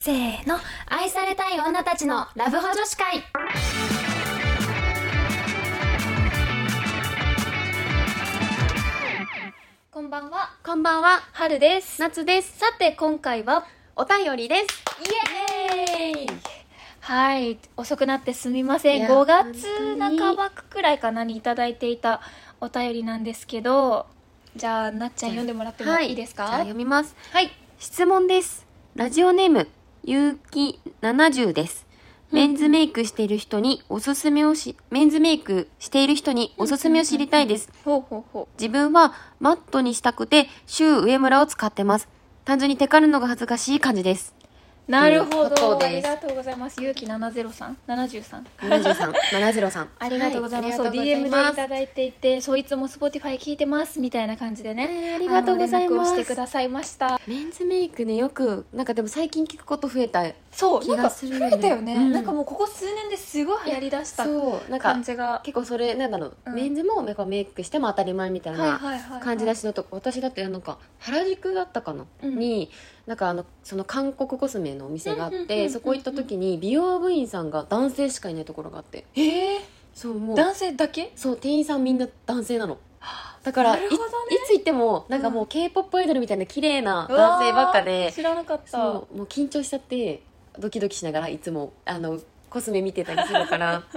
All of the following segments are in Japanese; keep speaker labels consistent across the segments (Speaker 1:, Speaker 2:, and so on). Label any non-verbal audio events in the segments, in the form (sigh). Speaker 1: せーの愛されたい女たちのラブホ女子会こんばんは
Speaker 2: こんばんは、
Speaker 1: 春です
Speaker 2: 夏です。
Speaker 1: さて今回は
Speaker 2: お便りです。
Speaker 1: イエーイはい遅くなってすみませ
Speaker 2: い
Speaker 1: ん
Speaker 2: や
Speaker 1: 5月
Speaker 2: 本当に
Speaker 1: 半ばくらいかなにいただいていたお便りなんですけどじゃあなっちゃん読んでもらってもいいですか
Speaker 2: じゃあ
Speaker 1: はい
Speaker 2: 読みます。質問です。ラジオネーム、ゆうき70です。
Speaker 1: うん
Speaker 2: メンズメイクしている人におすすめをし、メンズメイクしている人におすすめを知りたいです。
Speaker 1: ほうほうほ
Speaker 2: 自分はマットにしたくて、シュー上村を使ってます。単純にテカるのが恥ずかしい感じ (laughs) です。
Speaker 1: うなるほ
Speaker 2: というこ
Speaker 1: ど
Speaker 2: と
Speaker 1: あ
Speaker 2: で
Speaker 1: り
Speaker 2: す
Speaker 1: がとうございますゆうき703 73
Speaker 2: 73、703。
Speaker 1: ありがとうございます。
Speaker 2: は
Speaker 1: そう
Speaker 2: あり
Speaker 1: DM
Speaker 2: がと
Speaker 1: で
Speaker 2: う
Speaker 1: い
Speaker 2: ございます
Speaker 1: ただいていて、そういつも Spotify 聞いてますみたいな感じでね、
Speaker 2: えーありがとうございま
Speaker 1: あ
Speaker 2: す
Speaker 1: の連絡をしてくださいました。
Speaker 2: メンズメイクね、よく、なんかでも最近聞くこと増えた。
Speaker 1: そう、
Speaker 2: 気
Speaker 1: なん
Speaker 2: が
Speaker 1: か
Speaker 2: す
Speaker 1: 増
Speaker 2: るよね
Speaker 1: えたよね、
Speaker 2: うん
Speaker 1: なんかもうここ数年ですごい流行りだした
Speaker 2: そう、なんか
Speaker 1: 感、じが。
Speaker 2: 結構それ、なんだろう、
Speaker 1: うん
Speaker 2: メンズもなんかメイクしても当たり前みたいな。
Speaker 1: はいは
Speaker 2: 感じだしのとこ私だってなんか原宿だったかな、
Speaker 1: うん
Speaker 2: になんかあのその韓国コスメのお店があっ
Speaker 1: うんうんうんうんう
Speaker 2: て
Speaker 1: ん
Speaker 2: そこ行った時に美容部員さんが男性しかいないところがあって
Speaker 1: ええ
Speaker 2: そうもう
Speaker 1: 男性だけ
Speaker 2: そう店員さんみんな男性なのだから、
Speaker 1: なる
Speaker 2: い
Speaker 1: ほどね
Speaker 2: いつ行ってもなんかもう k p o p アイドルみたいな綺麗な男性ばっか
Speaker 1: うわ
Speaker 2: で
Speaker 1: ー知らなかった
Speaker 2: そうもう緊張しちゃってドキドキしながらいつもあのコスメ見てたりするから
Speaker 1: (laughs)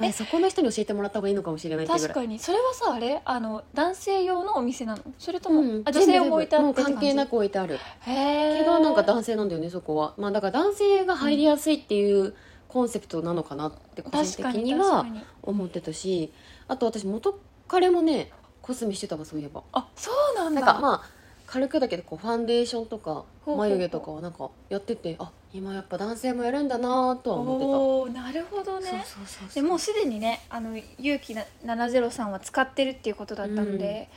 Speaker 1: え
Speaker 2: あそこの人に教えてもらった方がいいのかもしれないっていうぐ
Speaker 1: 確
Speaker 2: らい
Speaker 1: かにそれはさあれあの男性用のお店なのそれとも、
Speaker 2: うん
Speaker 1: あ女性
Speaker 2: 全
Speaker 1: を
Speaker 2: 部
Speaker 1: 置いてあって
Speaker 2: もう
Speaker 1: って感じ
Speaker 2: 関係なく置いてある
Speaker 1: へえ
Speaker 2: けどなんか男性なんだよねそこはまあだから男性が入りやすいっていうコンセプトなのかなって個人
Speaker 1: 確か
Speaker 2: 的
Speaker 1: に
Speaker 2: には
Speaker 1: 確かに
Speaker 2: 思ってたしあと私元彼もねコスメしてたわそういえば
Speaker 1: あそうなん
Speaker 2: な
Speaker 1: だ
Speaker 2: んかまあ軽くだけどこうファンデーションとか
Speaker 1: ほうほう
Speaker 2: 眉毛とかはなんかやっててあ今やっぱ男性もやるんだなとは思っ
Speaker 1: おおなるほど
Speaker 2: てた、
Speaker 1: ね
Speaker 2: そうそうそう
Speaker 1: でもうすでにねあの勇気な703は使ってるっていうことだったので、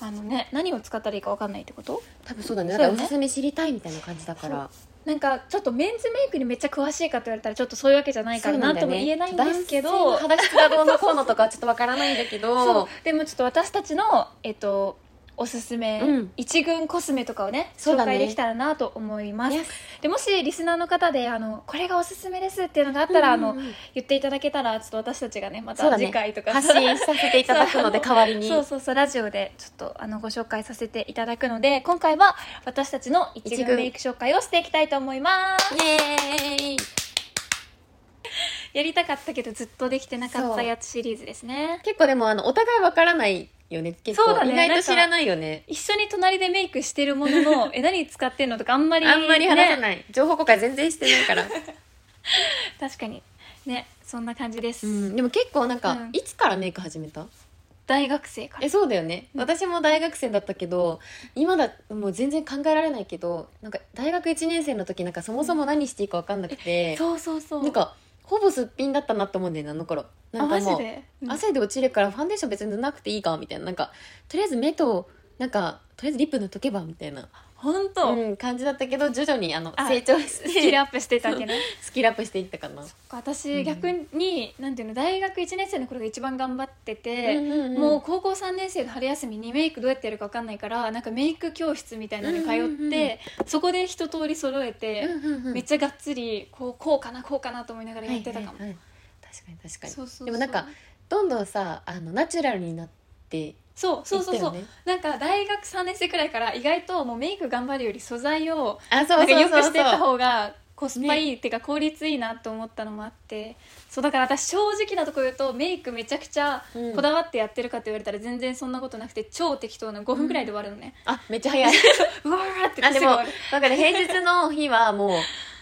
Speaker 1: あのね何を使ったらいいかわかんないってこと
Speaker 2: 多分そうだね
Speaker 1: そう
Speaker 2: だ
Speaker 1: だよ
Speaker 2: から
Speaker 1: ね
Speaker 2: おすすめ知りたいみたいな感じだから
Speaker 1: なんかちょっとメンズメイクにめっちゃ詳しいかと言われたらちょっとそういうわけじゃないからなんとも言えないんですけど
Speaker 2: 男性の肌質がどうのこうのとかはちょっとわからないんだけど
Speaker 1: そうでもちょっと私たちの、えっと、おすすめ、
Speaker 2: うん
Speaker 1: 一軍コスメとかをね
Speaker 2: そう
Speaker 1: 紹
Speaker 2: だね
Speaker 1: 介できたらなと思います、
Speaker 2: Yes
Speaker 1: でもしリスナーの方であのこれがおすすめですっていうのがあったら、
Speaker 2: うんうんうん
Speaker 1: あの言っていただけたらちょっと私たちがねま
Speaker 2: そ
Speaker 1: た
Speaker 2: うだね
Speaker 1: 次回とか、
Speaker 2: 発信させていただくので代わり
Speaker 1: (laughs)
Speaker 2: に
Speaker 1: そうそうそうラジオでちょっとあのご紹介させていただくので今回は私たちの一
Speaker 2: 一
Speaker 1: 軍
Speaker 2: 軍
Speaker 1: メイク紹介をしていきたいと思います
Speaker 2: イエーイ
Speaker 1: やりたかったけどずっとできてなかったやつシリーズですね
Speaker 2: 結構でもあのお互いわからないよね結
Speaker 1: そう
Speaker 2: 構
Speaker 1: だね
Speaker 2: 意外と知らないよね
Speaker 1: 一緒に隣でメイクしてるもの
Speaker 2: (laughs)
Speaker 1: のえ何使ってんのとかあんまり、
Speaker 2: あんまり話さ
Speaker 1: い
Speaker 2: ない、情報公開全然してな
Speaker 1: (laughs)
Speaker 2: いから、
Speaker 1: 確かにねそんな感じです、
Speaker 2: うんでも結構なんか、
Speaker 1: うん
Speaker 2: いつからメイク始めた
Speaker 1: 大学生から
Speaker 2: (laughs) えそうだよね、
Speaker 1: うん
Speaker 2: 私も大学生だったけど今だもう全然考えられないけどなんか大学1年生の時なんかそもそも何していいか分かんなくて、
Speaker 1: そうそうそう
Speaker 2: なんかほぼすっぴんだったなと思うんだよねあの頃な
Speaker 1: あ
Speaker 2: んか
Speaker 1: マジ
Speaker 2: もう
Speaker 1: で、うん
Speaker 2: 汗で落ちるからファンデーション別に塗らなくていいかみたいななんかとりあえず目となんかとりあえずリップ塗っとけばみたいな、
Speaker 1: 本当、
Speaker 2: うん感じだったけど徐々にあの
Speaker 1: あ
Speaker 2: 成長して
Speaker 1: スキルアップしてたわけね
Speaker 2: (laughs) スキルアップしていったかな、
Speaker 1: 私、
Speaker 2: うん
Speaker 1: 逆になんていうの大学1年生の頃が一番頑張ってて、
Speaker 2: うんうんうん
Speaker 1: もう高校3年生の春休みにメイクどうやってやるか分かんないからなんかメイク教室みたいなのに通って、
Speaker 2: うんうんうん
Speaker 1: そこで一通り揃えて、めっ
Speaker 2: ち
Speaker 1: ちゃがっつりこうこうかなこうかなと思いながらやってたかも、
Speaker 2: はいはいはい確かに確かに
Speaker 1: そうそうそう
Speaker 2: でもなんかどんどんさあのナチュラルになっていっ
Speaker 1: そう
Speaker 2: た
Speaker 1: そ
Speaker 2: よ、
Speaker 1: う
Speaker 2: ね、
Speaker 1: そうそう、なんか大学3年生くらいから意外ともうメイク頑張るより素材を
Speaker 2: あそう
Speaker 1: な
Speaker 2: そ
Speaker 1: ん
Speaker 2: う
Speaker 1: かよ
Speaker 2: そうそう
Speaker 1: くしてった方がコスパいい、っていうか効率いいなと思ったのもあってそうだから私正直なとこ言うとメイクめちゃくちゃ
Speaker 2: うん
Speaker 1: こだわってやってるかって言われたら全然そんなことなくて超適当な5分くらいで終わるのね、
Speaker 2: あめっちゃ早い
Speaker 1: うわーって
Speaker 2: あ
Speaker 1: す
Speaker 2: で
Speaker 1: ぐ
Speaker 2: も
Speaker 1: 終
Speaker 2: な
Speaker 1: わ
Speaker 2: ん
Speaker 1: る
Speaker 2: かね平日の日はもう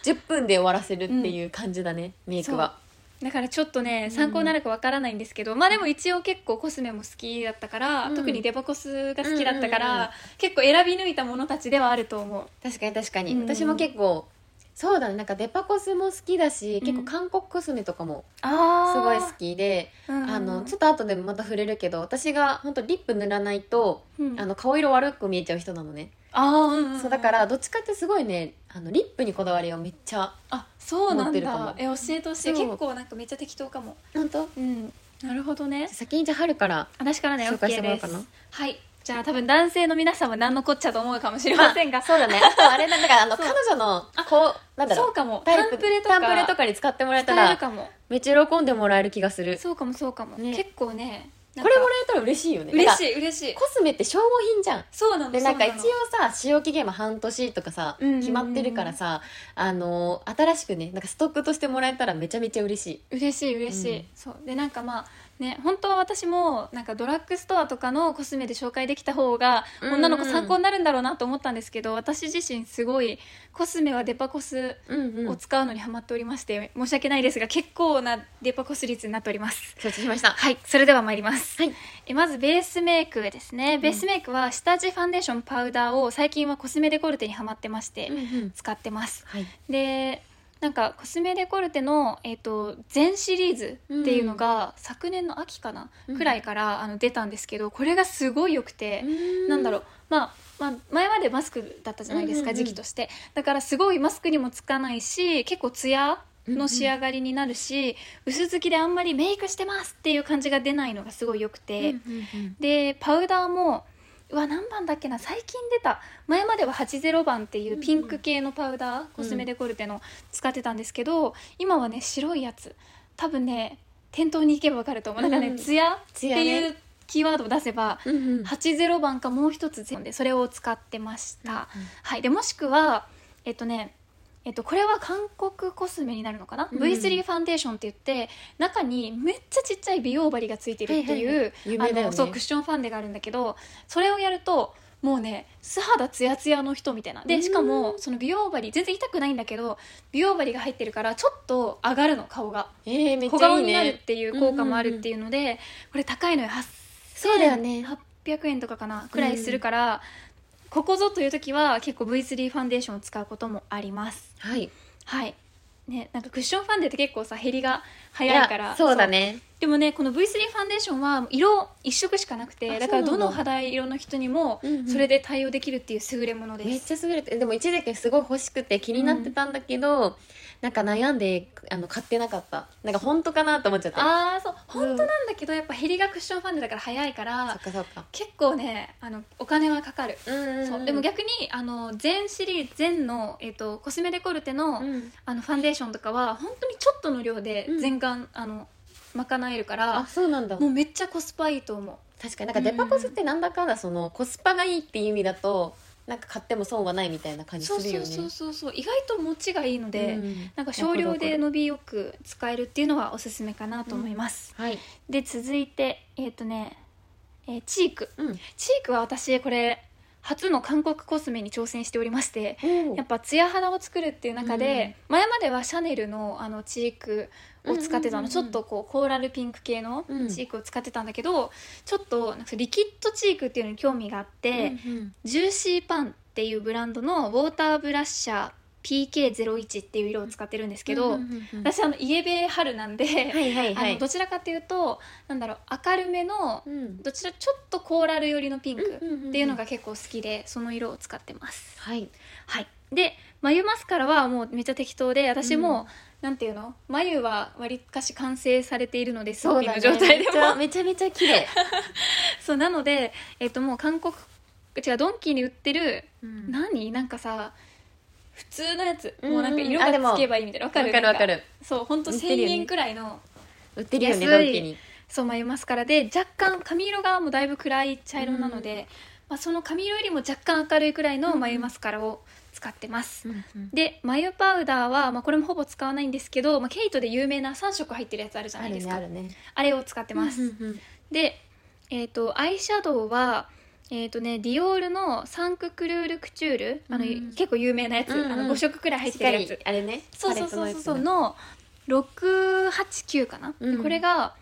Speaker 2: 10分で終わらせるっていう感じだね、メイクは
Speaker 1: だからちょっとね参考になるかわからないんですけど、まあでも一応結構コスメも好きだったから、
Speaker 2: うん
Speaker 1: 特にデバコスが好きだったから、
Speaker 2: うんうんうん
Speaker 1: 結構選び抜いたものたちではあると思う
Speaker 2: 確かに確かに、
Speaker 1: うん
Speaker 2: 私も結構そうだねなんかデパコスも好きだし、
Speaker 1: うん
Speaker 2: 結構韓国コスメとかも
Speaker 1: あ
Speaker 2: すごい好きで、あのちょっと後でまた触れるけど私が本当リップ塗らないと、
Speaker 1: うん
Speaker 2: あの顔色悪く見えちゃう人なのね、
Speaker 1: あーうんうんん
Speaker 2: そうだからどっちかってすごいねあのリップにこだわりはめっちゃ
Speaker 1: あそうなん
Speaker 2: 持ってるか
Speaker 1: だ
Speaker 2: も
Speaker 1: え教えてほしい
Speaker 2: そう
Speaker 1: 結構なんかめっちゃ適当かも
Speaker 2: 本当
Speaker 1: うんなるほどね
Speaker 2: 先にじゃあ春から
Speaker 1: 私からね
Speaker 2: 紹介して
Speaker 1: OK
Speaker 2: もら
Speaker 1: で
Speaker 2: おうかな
Speaker 1: すはいじゃあ多分男性の皆さんは何のこっちゃと思うかもしれませんが、
Speaker 2: そうだね。あと (laughs) あれだ、だからあの、
Speaker 1: そう
Speaker 2: 彼女の、こう、なんだろう。
Speaker 1: そうかも
Speaker 2: タイ
Speaker 1: タ
Speaker 2: プ
Speaker 1: ンプレとか
Speaker 2: タンプレとかに使ってもらえた
Speaker 1: 使える
Speaker 2: ら、
Speaker 1: かも
Speaker 2: めっちゃ喜んでもらえる気がする。
Speaker 1: そうかもそうかも、
Speaker 2: ね
Speaker 1: 結構ね
Speaker 2: これもら
Speaker 1: れ
Speaker 2: えたら嬉しいよね。
Speaker 1: 嬉し
Speaker 2: い。
Speaker 1: い嬉しい
Speaker 2: コスメって消耗品じゃん。
Speaker 1: そうなの
Speaker 2: で
Speaker 1: そう
Speaker 2: な
Speaker 1: の
Speaker 2: んか一応さ使用期限も半年とかさ
Speaker 1: うんうんうん
Speaker 2: 決まってるからさあの新しくねなんかストックとしてもらえたらめちゃめちゃ嬉しい
Speaker 1: 嬉しい嬉しい、
Speaker 2: うん
Speaker 1: そうでなんかまあね本当は私もなんかドラッグストアとかのコスメで紹介できた方が
Speaker 2: うんうん
Speaker 1: 女の子参考になるんだろうなと思ったんですけど、私自身すごいコスメはデパコス
Speaker 2: うんう
Speaker 1: を
Speaker 2: お
Speaker 1: 使うのにハマっておりまして、申し訳ないですが結構なデパコス率になっております
Speaker 2: 承知しました
Speaker 1: はいそれでは参ります、
Speaker 2: はい
Speaker 1: えまずベースメイクですねベースメイクは下地ファンデーションパウダーを最近はコスメデコルテにハマってまして、使ってます
Speaker 2: はい
Speaker 1: でなんかコスメデコルテの、えー、と全シリーズっていうのが、昨年の秋かな、
Speaker 2: うん
Speaker 1: くらいからあの出たんですけどこれがすごい良くて、なんだろ
Speaker 2: う
Speaker 1: う、まあ、まあ前までマスクだったじゃないですか、
Speaker 2: うんうんうん
Speaker 1: 時期としてだからすごいマスクにもつかないし結構ツヤの仕上がりになるし、薄付きであんまりメイクしてますっていう感じが出ないのがすごい良くて、でパウダーもうわ何番だっけな最近出た前までは80番っていうピンク系のパウダー、コスメデコルテの使ってたんですけど今はね白いやつ多分ね店頭に行けば分かると思う、なんか
Speaker 2: う
Speaker 1: ね
Speaker 2: ん
Speaker 1: ツヤって
Speaker 2: ツヤね
Speaker 1: いうキーワードを出せば、80番かもう一つ全部でそれを使ってました、はいでもしくはえっとねえっと、これは韓国コスメになるのかな、
Speaker 2: うん
Speaker 1: V3 ファンデーションって言って中にめっちゃちっちゃい美容針がついてるっていう、
Speaker 2: はいはい有名だよ
Speaker 1: あ
Speaker 2: ね
Speaker 1: のそうクッションファンデがあるんだけどそれをやるともうね素肌ツヤツヤの人みたいな
Speaker 2: う
Speaker 1: で
Speaker 2: ん
Speaker 1: しかもその美容針全然痛くないんだけど美容針が入ってるからちょっと上がるの顔が
Speaker 2: えーめっ
Speaker 1: 小
Speaker 2: ちゃ
Speaker 1: 顔
Speaker 2: いい
Speaker 1: になるっ
Speaker 2: ね
Speaker 1: ていう効果もあるっていうので、これ高いのよ8
Speaker 2: そうだよね
Speaker 1: 800円とかかなくらいするから、ここぞという時は結構 V3 ファンデーションを使うこともあります
Speaker 2: はい
Speaker 1: はいねなんかクッションファンデって結構さ減りが早いから
Speaker 2: やそうだね
Speaker 1: そうでもねこの V3 ファンデーションは色一色しかなく
Speaker 2: あ
Speaker 1: てだから
Speaker 2: そ
Speaker 1: ど
Speaker 2: うなんだ
Speaker 1: の肌色の人にも
Speaker 2: うんうん
Speaker 1: それで対応できるっていう優れものです、
Speaker 2: めっちゃ優れてでも一時期すごい欲しくて気になってたんだけど、なんか悩んであの買ってなかったなんか本当かなと思っちゃって
Speaker 1: ああそう本当なんだけどやっぱ減りがクッションファンデだから早いから、
Speaker 2: そっかそっか
Speaker 1: 結構ねあのお金はかかる、
Speaker 2: うん
Speaker 1: そうでも逆にあの全シリーズ全の、えっとコスメデコルテの,、
Speaker 2: うん
Speaker 1: あのファンデーションとかは本当にちょっとの量で
Speaker 2: うん
Speaker 1: 全顔、あの賄えるから
Speaker 2: あそうなんだ
Speaker 1: もうめっちゃコスパいいと思う
Speaker 2: 確かになんかデパコスってなんだかんだそのコスパがいいっていう意味だとなんか買っても損はないみたいな感じ
Speaker 1: そ
Speaker 2: す
Speaker 1: う
Speaker 2: る
Speaker 1: そ
Speaker 2: よ
Speaker 1: う
Speaker 2: ね
Speaker 1: そうそうそう意外と持ちがいいので、
Speaker 2: うん
Speaker 1: なんか少量で伸びよく使えるっていうのはおすすめかなと思います、
Speaker 2: はい、
Speaker 1: で続いてえっ、とね、えーチーク
Speaker 2: うん、
Speaker 1: チークは私これ初の韓国コスメに挑戦しておりまして、や
Speaker 2: や
Speaker 1: っぱツヤ肌を作るっていう中で、前まではシャネルのあのチークを使ってたの、
Speaker 2: うんうんうんうん
Speaker 1: ちょっとこうコーラルピンク系の
Speaker 2: うん
Speaker 1: チークを使ってたんだけど、ちょっとなんかリキッドチークっていうのに興味があって、ジューシーパンっていうブランドのウォーターブラッシャー PK01 っていう色を使ってるんですけど、私あのイエベ春なんで、
Speaker 2: はいはいは
Speaker 1: あ
Speaker 2: い
Speaker 1: のどちらかっていうとなんだろう明るめの
Speaker 2: うん
Speaker 1: どちらちょっとコーラル寄りのピンクっていうの
Speaker 2: んんん
Speaker 1: が結構好きでその色を使ってます。
Speaker 2: はい
Speaker 1: はい、で眉マスカラはもうめっちゃ適当で私も、
Speaker 2: う
Speaker 1: なんていうの眉はわりかし完成されているので装
Speaker 2: そう
Speaker 1: 備
Speaker 2: だ
Speaker 1: の
Speaker 2: ね
Speaker 1: 状態でも (laughs) そう,、
Speaker 2: めちゃめちゃめちゃ綺麗、
Speaker 1: なので、えっともう韓国違うドンキーに売ってる、
Speaker 2: (laughs) うん
Speaker 1: 何なんかさ普通のやつ、
Speaker 2: うん
Speaker 1: もうなんか色
Speaker 2: あでも
Speaker 1: がつけばいいみたいなわかる
Speaker 2: わかるわか
Speaker 1: な
Speaker 2: る
Speaker 1: んそうほんと
Speaker 2: 似てる
Speaker 1: 1,000
Speaker 2: よね
Speaker 1: 円くらいの
Speaker 2: 売ってるよね
Speaker 1: 安
Speaker 2: ド
Speaker 1: い
Speaker 2: ンキに
Speaker 1: そう眉マスカラで若干髪色がもうだいぶ暗い茶色なので、まあ、その髪色よりも若干明るいくらいの眉マスカラを使ってます、で眉パウダーは、まあ、これもほぼ使わないんですけど、まあ、ケイトで有名な3色入ってるやつあるじゃ
Speaker 2: あ
Speaker 1: ない
Speaker 2: る
Speaker 1: です
Speaker 2: ね
Speaker 1: かあ,、
Speaker 2: あるね
Speaker 1: れを使ってます、
Speaker 2: うんうん
Speaker 1: で、えー、とアイシャドウはえーとね、ディオールのサンククルールクチュールあの、
Speaker 2: うん
Speaker 1: 結構有名なやつ、
Speaker 2: うんうん
Speaker 1: あの5色くらい入
Speaker 2: し
Speaker 1: っ
Speaker 2: っか
Speaker 1: てるやつ
Speaker 2: りあれね
Speaker 1: そうそうそうそうそう
Speaker 2: パレットのや
Speaker 1: の689かな、
Speaker 2: うん
Speaker 1: これが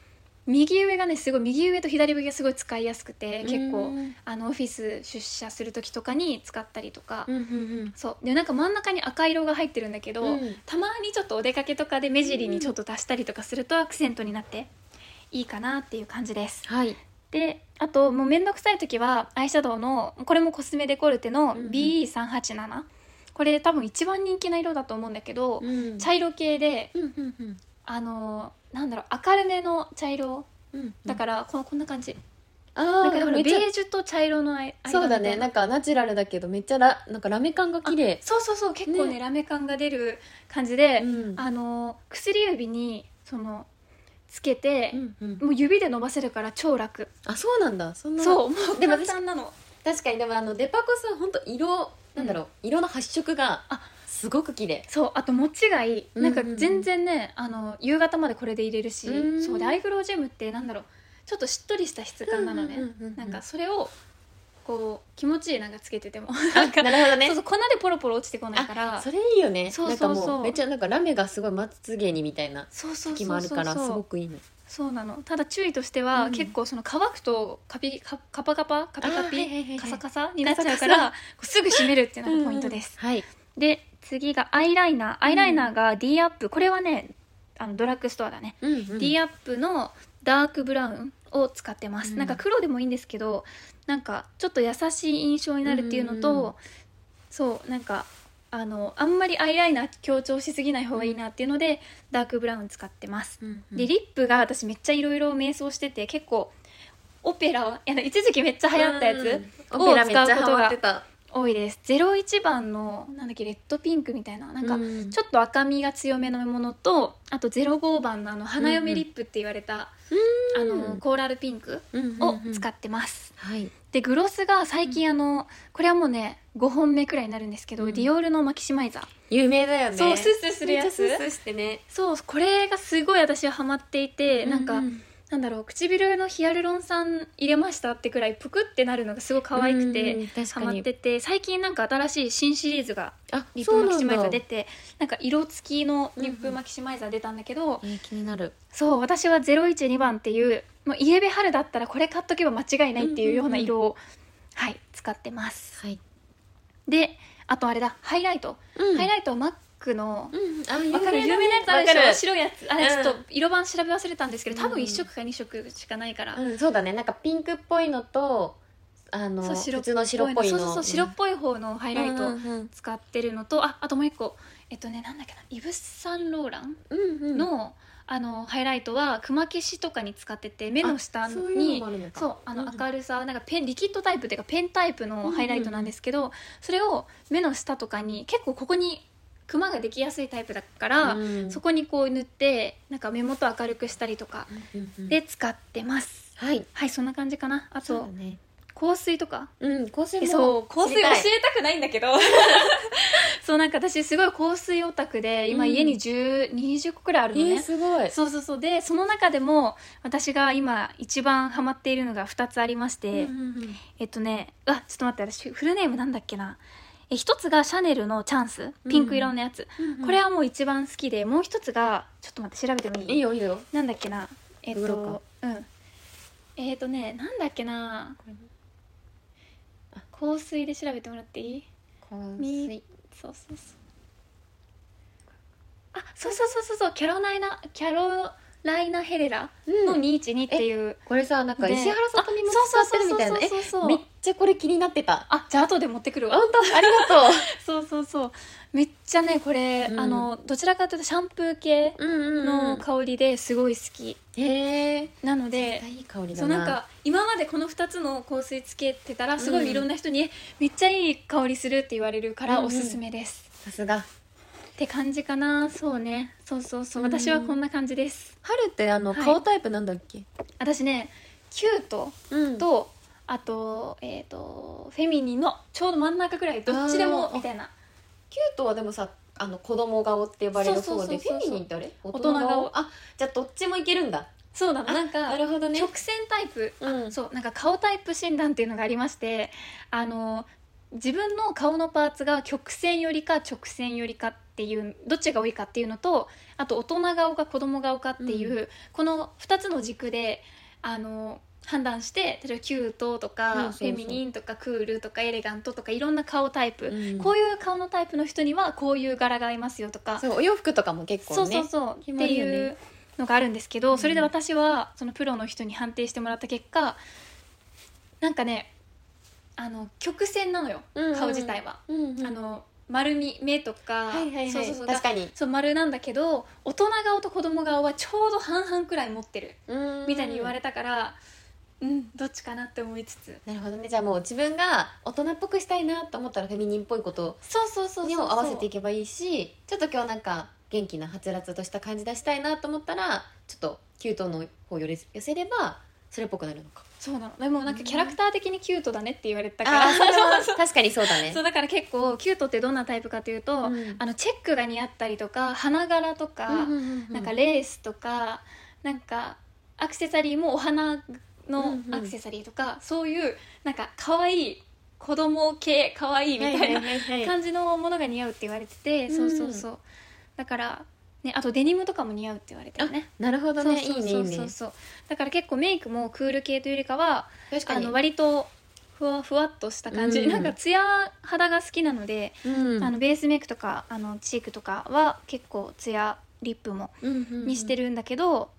Speaker 1: 右上がねすごい右上と左上がすごい使いやすくて
Speaker 2: つね
Speaker 1: 結
Speaker 2: う
Speaker 1: 構
Speaker 2: ん
Speaker 1: あのオフィス出社する時とかに使ったりとか、
Speaker 2: うんうん
Speaker 1: そうでなんか真ん中に赤色が入ってるんだけど、
Speaker 2: うん
Speaker 1: たまにちょっとお出かけとかで目尻にちょっと足したりとかするとアクセントになっていいかなっていう感じです
Speaker 2: はい
Speaker 1: であともう面倒くさい時はアイシャドウのこれもコスメデコルテの
Speaker 2: うんうん
Speaker 1: BE387、これ多分一番人気な色だと思うんだけど、茶色系で
Speaker 2: うんうんうん
Speaker 1: あのーなんだろう明るめの茶色
Speaker 2: うん
Speaker 1: だからこのこんな感じ
Speaker 2: あ
Speaker 1: だ
Speaker 2: あ
Speaker 1: からほら
Speaker 2: め
Speaker 1: ベ
Speaker 2: っちゃ
Speaker 1: ージュと茶色のあい間
Speaker 2: そうだね
Speaker 1: みた
Speaker 2: ないんかナチュラルだけどめっちゃラなんかラメ感が綺麗
Speaker 1: そうそうそう結構ね
Speaker 2: ね
Speaker 1: ラメ感が出る感じで、
Speaker 2: うん
Speaker 1: あの薬指にそのつけて
Speaker 2: う、んうん
Speaker 1: もう指で伸ばせるから超楽、
Speaker 2: あそうなんだそんな
Speaker 1: そうもう
Speaker 2: でも
Speaker 1: 簡単なの
Speaker 2: 確かにでもあのデパコスは本当色なんだろう、色の発色が
Speaker 1: あ
Speaker 2: すごく綺麗
Speaker 1: そうあと持ちがいい
Speaker 2: うんうん
Speaker 1: な
Speaker 2: うんん
Speaker 1: か全然ね、あの夕方までこれで入れるし、
Speaker 2: うん
Speaker 1: そうでアイグロージェムってなんだろうちょっとしっとりした質感なのね、
Speaker 2: うんうんうんうん (laughs)
Speaker 1: なんかそれをこう気持ちいいなんかつけててもなんか
Speaker 2: なるほどね
Speaker 1: (laughs) そうそう粉でポロポロ落ちてこないから
Speaker 2: あそれいいよね
Speaker 1: そうそうそう
Speaker 2: なんかもうめっちゃなんかラメがすごいまつげにみたいな
Speaker 1: そうそう
Speaker 2: 時
Speaker 1: そう
Speaker 2: も
Speaker 1: そう
Speaker 2: あるからす
Speaker 1: そう
Speaker 2: ごくいいの
Speaker 1: そうなのただ注意としては、
Speaker 2: うん
Speaker 1: 結構その乾くとカピカカパカパカピカ
Speaker 2: あーはいはいはいは
Speaker 1: ピ
Speaker 2: い
Speaker 1: カサカサになっちゃうか
Speaker 2: カサ
Speaker 1: らこうすぐ締めるっていうのがポイントです、
Speaker 2: うんうんはい
Speaker 1: で次がアイライナーアイライナーが D アップこれはねあのドラッグストアだね、
Speaker 2: うんうん
Speaker 1: D アップのダークブラウンを使ってます、
Speaker 2: うん
Speaker 1: なんか黒でもいいんですけどなんかちょっと優しい印象になるっていうのと、
Speaker 2: うんうんうん
Speaker 1: そうなんかあのあんまりアイライナー強調しすぎない方がいいなっていうので、ダークブラウン使ってます
Speaker 2: うんうん
Speaker 1: でリップが私めっちゃいろいろ瞑想してて結構オペラをいや一時期めっちゃ流行ったやつ
Speaker 2: うん
Speaker 1: を
Speaker 2: オペラめっち
Speaker 1: 使う
Speaker 2: ゃ
Speaker 1: こと
Speaker 2: ハマっ
Speaker 1: が
Speaker 2: てた
Speaker 1: 多いです01番のなんだっけレッドピンクみたいななんか
Speaker 2: うん
Speaker 1: ちょっと赤みが強めのものとあと05番のあの花嫁リップって言われた、
Speaker 2: うん
Speaker 1: あのコーラルピンクを使
Speaker 2: っ
Speaker 1: ってます、
Speaker 2: はい
Speaker 1: でグロスが最近あのこれはもうね5本目くらいになるんですけど、
Speaker 2: うん
Speaker 1: ディオールのマキシマイザー
Speaker 2: 有名だよね
Speaker 1: そうスースーするやつ
Speaker 2: めっちゃスースーしてね
Speaker 1: そうこれがすごい私はハマっていて、なんか
Speaker 2: う
Speaker 1: なんだろう唇のヒアルロン酸入れましたってくらいぷくってなるのがすごい可愛く
Speaker 2: うんう
Speaker 1: て
Speaker 2: ん確か
Speaker 1: ハ
Speaker 2: に
Speaker 1: マってて最近なんか新しい新シリーズが
Speaker 2: あ
Speaker 1: リッ
Speaker 2: そ
Speaker 1: プ
Speaker 2: う
Speaker 1: マ
Speaker 2: な
Speaker 1: キシ
Speaker 2: ん
Speaker 1: マイザー
Speaker 2: だ
Speaker 1: 出てなんか色付きのリッ
Speaker 2: うんう
Speaker 1: プ
Speaker 2: ん
Speaker 1: マキシマイザー出たんだけど、
Speaker 2: えー気になる
Speaker 1: そう私は012番っていうもうイエベ春だったらこれ買っとけば間違いないっていうような色を、はい使ってます
Speaker 2: はい
Speaker 1: であとあれだハイライト、
Speaker 2: うん
Speaker 1: ハイライトはマックの
Speaker 2: うんあ
Speaker 1: わかる有
Speaker 2: 有
Speaker 1: 名
Speaker 2: 名
Speaker 1: な
Speaker 2: な
Speaker 1: や
Speaker 2: や
Speaker 1: つ
Speaker 2: つ
Speaker 1: あるでしょ
Speaker 2: あるでしょ
Speaker 1: 白いやつあれ
Speaker 2: う
Speaker 1: ちょ
Speaker 2: ん
Speaker 1: っと色番調べ忘れたんですけど多分
Speaker 2: うん
Speaker 1: 1色か2色しかないから、
Speaker 2: うん、そうだねなんかピンクっぽいのとあの
Speaker 1: そう白
Speaker 2: 普
Speaker 1: っぽい
Speaker 2: 通の白っぽい
Speaker 1: そ
Speaker 2: の
Speaker 1: うそうそう白っぽい方のハ
Speaker 2: ぽ
Speaker 1: イライト
Speaker 2: うんうん
Speaker 1: 使ってるのと、ああともう一個えっとねなんだっけなイブ・サンローラン
Speaker 2: うんうん
Speaker 1: の,、あのハイライトは熊消しとかに使ってて目の下
Speaker 2: あ
Speaker 1: に
Speaker 2: そういうのもあるのか
Speaker 1: そうあ
Speaker 2: うん
Speaker 1: の
Speaker 2: うん
Speaker 1: 明るさ、なんかペンリキッドタイプっていうかペンタイプのハイライトなんですけど、それを目の下とかに結構ここにクマができやすいタイプだから、
Speaker 2: うん
Speaker 1: そこにこう塗ってなんか目元明るくしたりとか
Speaker 2: うんうん
Speaker 1: で使ってます、
Speaker 2: はい
Speaker 1: はいそんな感じかなあ
Speaker 2: そう
Speaker 1: と
Speaker 2: だね
Speaker 1: 香水とか
Speaker 2: うん香水
Speaker 1: え
Speaker 2: も
Speaker 1: そう香水教え
Speaker 2: 知り
Speaker 1: たくないんだけど (laughs) そうなんか私すごい香水オタクで今
Speaker 2: うん
Speaker 1: 家に10、20個くらいある
Speaker 2: た
Speaker 1: の
Speaker 2: い
Speaker 1: ね、
Speaker 2: えーすごい
Speaker 1: そうそうそうでその中でも私が今一番ハマっているのが2つありまして、
Speaker 2: うんうんうん
Speaker 1: えっとねあちょっと待って私フルネームなんだっけなえ一つがシャネルのチャンスピンク色のやつ、
Speaker 2: うんうん
Speaker 1: これはもう一番好きでもう一つがちょっと待って調べてもいい
Speaker 2: いいよいいよ
Speaker 1: なんだっけなえっ
Speaker 2: どうだろ
Speaker 1: とうんえっ、とねなんだっけな香水で調べてもらっていい
Speaker 2: 香
Speaker 1: み
Speaker 2: 水
Speaker 1: そうそうそうあそうそうそうそうそうキャロライナキャロライナヘレラの
Speaker 2: うん
Speaker 1: 212っていう、
Speaker 2: これさなんか
Speaker 1: で
Speaker 2: 石原さとみも
Speaker 1: あそうそ
Speaker 2: 使
Speaker 1: う
Speaker 2: ってるみたいな
Speaker 1: そうそうそうそう
Speaker 2: えめっちゃこれ気になってた
Speaker 1: あじゃあ後で持ってくるわ
Speaker 2: 本当ありがと
Speaker 1: そうそうそうめっちゃねこれ、
Speaker 2: うん
Speaker 1: あのどちらかというとシャンプー系
Speaker 2: ううん
Speaker 1: の香りですごい好き、
Speaker 2: へえ
Speaker 1: なので
Speaker 2: いい香りだな
Speaker 1: そうなんか今までこの2つの香水つけてたらすごいいろんな人に、えめっちゃいい香りするって言われるから
Speaker 2: うんうん
Speaker 1: おすすめです、
Speaker 2: さすが
Speaker 1: って感じかなそうねそうそうそう、
Speaker 2: うん
Speaker 1: 私はこんな感じです
Speaker 2: 春ってあの、
Speaker 1: はい
Speaker 2: 顔タイプなんだっけ
Speaker 1: 私ねキュート
Speaker 2: うん
Speaker 1: と、あとえっ、とフェミニンのちょうど真ん中くらいどっちでも
Speaker 2: あー
Speaker 1: みたいな
Speaker 2: キュートはでもさあの子供顔って呼ばれる
Speaker 1: そうそ
Speaker 2: 方
Speaker 1: うそう
Speaker 2: で
Speaker 1: そう
Speaker 2: フ
Speaker 1: そう
Speaker 2: ェミニンってあれ大
Speaker 1: 人顔
Speaker 2: あじゃあどっちもいけるんだ
Speaker 1: そうなの
Speaker 2: あ
Speaker 1: なんか
Speaker 2: なるほどね
Speaker 1: 直線タイプ
Speaker 2: うん
Speaker 1: そうなんか顔タイプ診断っていうのがありましてあの自分の顔のパーツが曲線よりか直線よりかっていうどっちが多いかっていうのとあと大人顔か子供顔かっていう、
Speaker 2: う
Speaker 1: この2つの軸であの判断して例えばキュートとか
Speaker 2: そうそうそう
Speaker 1: フェミニンとかクールとかエレガントとかいろんな顔タイプ、
Speaker 2: うん
Speaker 1: こういう顔のタイプの人にはこういう柄がいますよとか
Speaker 2: そうお洋服とかも結構ね
Speaker 1: そうそうそう、
Speaker 2: 決
Speaker 1: っ
Speaker 2: ま
Speaker 1: て
Speaker 2: るよね
Speaker 1: いうのがあるんですけど、
Speaker 2: ん
Speaker 1: それで私はそのプロの人に判定してもらった結果なんかねあの曲線なのよ、
Speaker 2: うんうん
Speaker 1: 顔自体は。
Speaker 2: うんうん
Speaker 1: あの丸み目とか、
Speaker 2: はいはいはい
Speaker 1: そうそうそう
Speaker 2: 確かに
Speaker 1: そう丸なんだけど大人顔と子供顔はちょうど半々くらい持ってる
Speaker 2: うん
Speaker 1: みたいに言われたから、うん、どっちかなって思いつつ
Speaker 2: なるほどねじゃあもう自分が大人っぽくしたいなと思ったらフェミニンっぽいこと
Speaker 1: そうそうそうそう
Speaker 2: にも合わせていけばいいしちょっと今日なんか元気なはつらつとした感じ出したいなと思ったらちょっとキュートの方を寄れ寄せればそれっぽくなるのか
Speaker 1: そうなのでもなんかキャラクター的にキュートだねって言われた
Speaker 2: だ
Speaker 1: から
Speaker 2: それ
Speaker 1: (laughs)
Speaker 2: は確かにそうだね
Speaker 1: そうだから結構キュートってどんなタイプかというと、
Speaker 2: うん
Speaker 1: あのチェックが似合ったりとか花柄とか、
Speaker 2: うんうんうんうん
Speaker 1: なんかレースとかなんかアクセサリーもお花
Speaker 2: う
Speaker 1: の
Speaker 2: んうん
Speaker 1: アクセサリーとか、そういうなんか可愛い子供系可愛いみたいな
Speaker 2: はいはいはいはい
Speaker 1: 感じのものが似合うって言われてて、
Speaker 2: うん
Speaker 1: そうそうそうだから、ね、あとデニムとかも似合うって言われてるね
Speaker 2: なるほどねいいねい
Speaker 1: そうそ
Speaker 2: い
Speaker 1: うそう
Speaker 2: ね
Speaker 1: そうだから結構メイクもクール系というよりかは
Speaker 2: 確か
Speaker 1: あ
Speaker 2: に
Speaker 1: の割とふわふわっとした感じ、
Speaker 2: うん
Speaker 1: なんかツヤ肌が好きなので、
Speaker 2: うん
Speaker 1: あのベースメイクとかあのチークとかは結構ツヤリップもにして
Speaker 2: る
Speaker 1: るんだけど、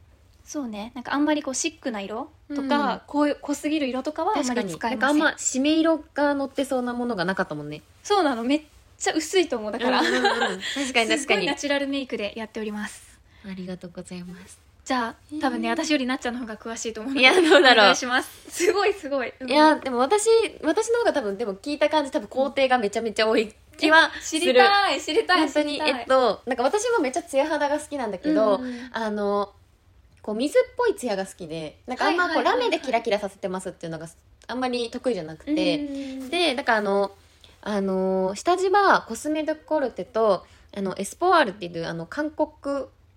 Speaker 1: そうねなんかあんまりこうシックな色とか、
Speaker 2: うん
Speaker 1: こういう濃すぎる色とかはあん
Speaker 2: 確
Speaker 1: ま
Speaker 2: か
Speaker 1: り
Speaker 2: に
Speaker 1: 使
Speaker 2: な
Speaker 1: え
Speaker 2: んかあ
Speaker 1: ま
Speaker 2: ん
Speaker 1: せん
Speaker 2: ま締め色が乗ってそうなものがなかったもんね
Speaker 1: そうなのめっちゃ薄いと思うだから、
Speaker 2: うんうんうん確かに
Speaker 1: (laughs) す
Speaker 2: 確
Speaker 1: ご
Speaker 2: か
Speaker 1: い
Speaker 2: に
Speaker 1: ナ
Speaker 2: (laughs) あ
Speaker 1: チュラルメイクでやっております
Speaker 2: りがとうございます
Speaker 1: じゃあ多分ね、
Speaker 2: えー
Speaker 1: 私よりなっちゃんの方が詳しいと思うので
Speaker 2: いやどうだろう
Speaker 1: お願いしますすごいすごい、うん
Speaker 2: いやでも私私の方が多分でも聞いた感じ多分工程がめちゃめちゃ多い気はす
Speaker 1: 知
Speaker 2: る
Speaker 1: りたい知りたい
Speaker 2: 本当
Speaker 1: 知り
Speaker 2: に
Speaker 1: たい
Speaker 2: えっとなんか私もめっちゃツヤ肌が好きなんだけど、
Speaker 1: うんうん
Speaker 2: あのこう水っぽいツヤが好きでなんかあんまこ
Speaker 1: は
Speaker 2: う
Speaker 1: いはいは
Speaker 2: ラ
Speaker 1: いはい
Speaker 2: メでキラキラさせてますっていうのがあんまり得意じゃなくて、
Speaker 1: うん
Speaker 2: でだからあのあの下地はコスメドコルテとあのエスポワールっていうあの韓国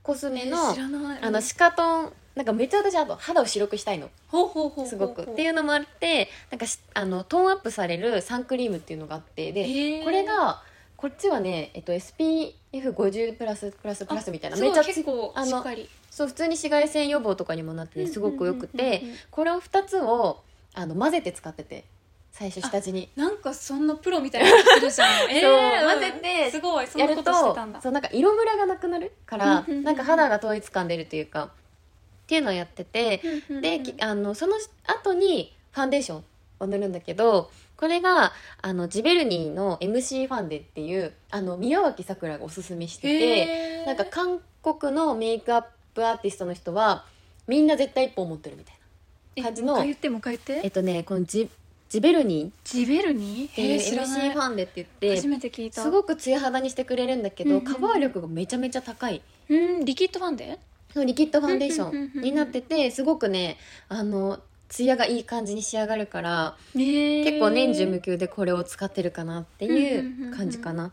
Speaker 2: コスメの,、
Speaker 1: えー知らない
Speaker 2: あのシカトンなんかめっちゃ私あと肌を白くしたいの
Speaker 1: ほうほうほうほう
Speaker 2: すごくっていうのもあってなんかしあのトーンアップされるサンクリームっていうのがあってで、
Speaker 1: へー
Speaker 2: これがこっちはね、えっと、SPF50 プラスプラスプラスみたいな
Speaker 1: め
Speaker 2: め
Speaker 1: っ
Speaker 2: っ
Speaker 1: ち
Speaker 2: ち
Speaker 1: ゃ
Speaker 2: ゃ
Speaker 1: 結構
Speaker 2: あ
Speaker 1: しっ
Speaker 2: の
Speaker 1: かり
Speaker 2: そう普通に紫外線予防とかにもなってすごくよくて
Speaker 1: うんうんうんうんうん
Speaker 2: これを2つをあの混ぜて使ってて最初下地に。
Speaker 1: なんかそんなプロみたいなことするじゃん
Speaker 2: (laughs)
Speaker 1: えー
Speaker 2: 混ぜて
Speaker 1: すごいそん
Speaker 2: や
Speaker 1: な
Speaker 2: る
Speaker 1: こととしてたんだ
Speaker 2: そうなんか色ムラがなくなるから、
Speaker 1: うんうんうんうん
Speaker 2: なんか肌が統一感出るというかっていうのをやってて、で、きあのその後にファンデーションを塗るんだけどこれがあのジベルニーの MC ファンデっていうあの宮脇さくらがおすすめしてて、
Speaker 1: で
Speaker 2: なんか韓国のメイクアップアーティストの人はみんな絶対一本持ってるみたいな感じの
Speaker 1: もう一回言ってもう一回言っ
Speaker 2: え
Speaker 1: て
Speaker 2: っとねこのジジベルニーっ
Speaker 1: ジベルニ
Speaker 2: てい
Speaker 1: へ
Speaker 2: う
Speaker 1: ー知ら
Speaker 2: MC
Speaker 1: ない
Speaker 2: ファンデって言って
Speaker 1: 初めて聞いた
Speaker 2: すごくツヤ肌にしてくれるんだけ
Speaker 1: うん
Speaker 2: ど
Speaker 1: うんうん
Speaker 2: カバー力がめちゃめちゃ高い
Speaker 1: うんリキッドファンデ
Speaker 2: そのリキッドファンデーシ
Speaker 1: うんうんうんうんう
Speaker 2: ョン
Speaker 1: ん
Speaker 2: になっててすごくねあのツヤがいい感じに仕上がるから
Speaker 1: 結
Speaker 2: 結構年中無休でこれを使ってるかなって
Speaker 1: うんうんうん
Speaker 2: いううん感じかな。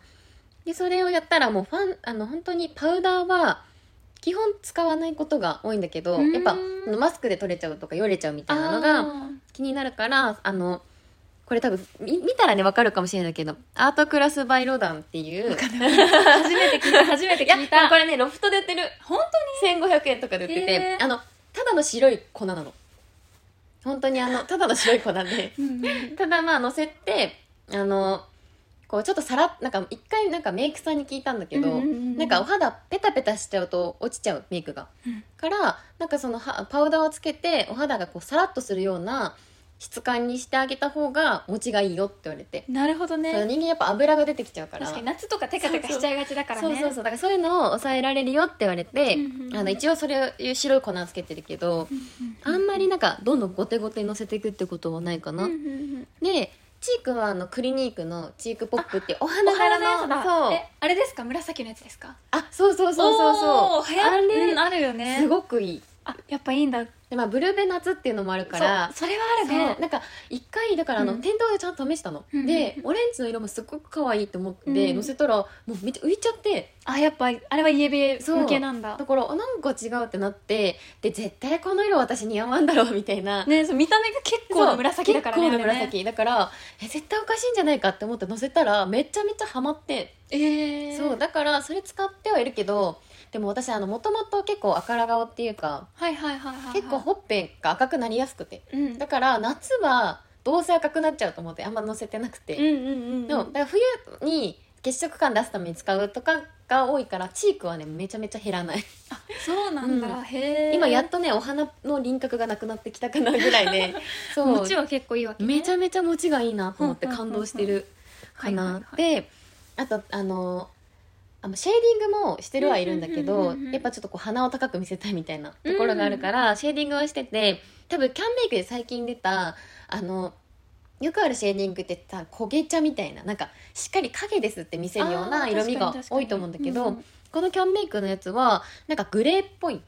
Speaker 2: でそれをやったらもうファンあの本当にパウダーは基本使わないことが多いんだけど
Speaker 1: うん
Speaker 2: やっぱあのマスクで取れちゃうとかよれちゃうみたいなのが気になるからあのこれ多分み見たらね分かるかもしれないけどアートクラスバイロダンっていう
Speaker 1: 初めて聞い
Speaker 2: (laughs)
Speaker 1: た初めて
Speaker 2: いや
Speaker 1: 聞いた
Speaker 2: これねロフトで売ってる
Speaker 1: 本
Speaker 2: 1500円とかで売って
Speaker 1: へ
Speaker 2: て
Speaker 1: ー
Speaker 2: あのただの白い粉なの本当にあのただの白い粉で
Speaker 1: 当に
Speaker 2: (laughs) ただまあ乗せてあのこうちょっとさらっなんか一回なんかメイクさんに聞いたんだけど、
Speaker 1: うんうんうん
Speaker 2: なんかお肌ペタペタしちゃうと落ちちゃうメイクが、
Speaker 1: うん
Speaker 2: からなんかそのはパウダーをつけてお肌がこうさらっとするような質感にしてあげた方が持ちがいいよって言われて、
Speaker 1: なるほど
Speaker 2: そう
Speaker 1: ね
Speaker 2: 人間やっぱ油が出てきちゃうから
Speaker 1: 確かに夏とかテカテカしちゃいがちだからね
Speaker 2: そうそうそうだからそういうのを抑えられるよって言われて、
Speaker 1: うんうんうん
Speaker 2: あの一応それを白い粉つけてるけど、
Speaker 1: うん
Speaker 2: あんまりなんかどんどんゴテゴテにのせていくってことはないかな、
Speaker 1: うんうんうん
Speaker 2: でチークはあのクリニークのチークポップっていうお
Speaker 1: お
Speaker 2: 花
Speaker 1: 花
Speaker 2: 柄
Speaker 1: のやつ
Speaker 2: の
Speaker 1: だ
Speaker 2: そう
Speaker 1: えあれですか紫のやつですか
Speaker 2: あそうそうそうそう
Speaker 1: お
Speaker 2: そう
Speaker 1: ー流行
Speaker 2: あ
Speaker 1: っ
Speaker 2: れ、
Speaker 1: うんあるよね
Speaker 2: すごくいい
Speaker 1: あやっぱいいんだ
Speaker 2: で、まあ、ブルーベナツっていうのもあるから
Speaker 1: そうそれはあるね
Speaker 2: そうなんか一回だからあの、
Speaker 1: うん
Speaker 2: 店頭でちゃんと試したの、
Speaker 1: うん
Speaker 2: でオレンジの色もすっごく可愛いと思って、
Speaker 1: うん
Speaker 2: のせたらもうめっちゃ浮いちゃって
Speaker 1: あやっぱあれはイエベ向けなんだ
Speaker 2: だからあなんか違うってなってで絶対この色私似合わんだろうみたいな、
Speaker 1: ねそう見た目が結構な紫だからね
Speaker 2: そう結構な
Speaker 1: あれね
Speaker 2: 紫だからえ絶対おかしいんじゃないかって思ってのせたらめちゃめちゃハマって
Speaker 1: ええ
Speaker 2: そうだからそれ使ってはいるけどでも私あのもともと結構赤ら顔っていうか
Speaker 1: はいはいはいはいはい
Speaker 2: 結構ほっぺんが赤くなりやすくて
Speaker 1: うん
Speaker 2: だから夏はどうせ赤くなっちゃうと思ってあんま乗せてなく
Speaker 1: う
Speaker 2: て、
Speaker 1: んうんうん
Speaker 2: でもだから冬に血色感出すために使うとかが多いからチークはねめちゃめちゃ減らない、
Speaker 1: そうなんだ、
Speaker 2: うん
Speaker 1: へえ
Speaker 2: 今やっとねお花の輪郭がなくなってきたかなぐらい
Speaker 1: (laughs)
Speaker 2: でそう
Speaker 1: 持ちは結構いいわけ、ね、
Speaker 2: めちゃめちゃ持ちがいいなと思って
Speaker 1: うんうんうん
Speaker 2: 感
Speaker 1: うん
Speaker 2: 動してるかな、
Speaker 1: はいはい
Speaker 2: であとあのあのシェーディングもしてるはいるんだけ
Speaker 1: うんうんう
Speaker 2: ど
Speaker 1: んうんうん
Speaker 2: やっぱちょっとこう鼻を高く見せたいみたいなところがあるから、シェーディングはしてて多分キャンメイクで最近出たあのよくあるシェーディングってさ焦げ茶みたいななんかしっかり影ですって見せるような色味が多いと思うんだけど、このキャンメイクのやつはなんかグレーっぽい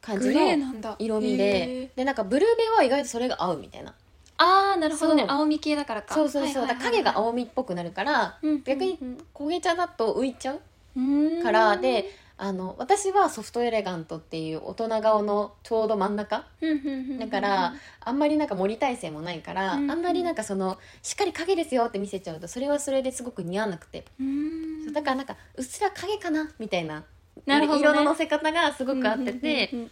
Speaker 2: 感じ
Speaker 1: グ
Speaker 2: の
Speaker 1: レーなんだ
Speaker 2: 色味
Speaker 1: へー
Speaker 2: ででなんかブルーベは意外とそれが合うみたいな
Speaker 1: ああなるほどね
Speaker 2: そう
Speaker 1: 青み系だからか
Speaker 2: そうそうそう、
Speaker 1: はいはいは
Speaker 2: だから
Speaker 1: い
Speaker 2: 影が青みっぽくなるから
Speaker 1: うんうんうん
Speaker 2: 逆に焦げ茶だと浮いちゃう
Speaker 1: うーん
Speaker 2: からであの私はソフトエレガントっていう大人顔のちょうど真ん中
Speaker 1: うんうんうんうん
Speaker 2: だから、あんまりなんか盛り体勢もないから、
Speaker 1: うん
Speaker 2: あんまりなんかそのしっかり影ですよって見せちゃうとそれはそれですごく似合わなくて、
Speaker 1: うーん
Speaker 2: だからなんかうっすら影かなみたいな
Speaker 1: なるほどね
Speaker 2: 色の乗せ方がすごく合ってて、
Speaker 1: うんうん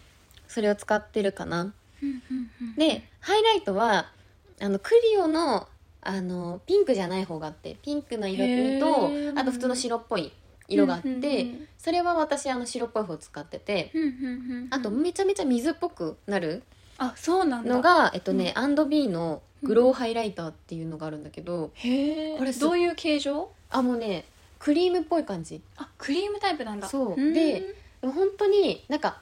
Speaker 2: それを使ってるかな。
Speaker 1: うんうんうんうん
Speaker 2: でハイライトはあのクリオのあのピンクじゃない方があってピンクの色味と
Speaker 1: へー
Speaker 2: あと普通の白っぽい色があって、
Speaker 1: うんうんうん
Speaker 2: それは私あの白っぽい方を使ってて、
Speaker 1: うんうんうんうん
Speaker 2: あとめちゃめちゃ水っぽくなる
Speaker 1: あそうなんだ
Speaker 2: のがえっとね、アンド B のグローハイライターっていうのがあるんだけど、
Speaker 1: へえ
Speaker 2: これす
Speaker 1: どういう形状
Speaker 2: あもうねクリームっぽい感じ
Speaker 1: あクリームタイプなんだ
Speaker 2: そう
Speaker 1: ーん
Speaker 2: ででも本当になんか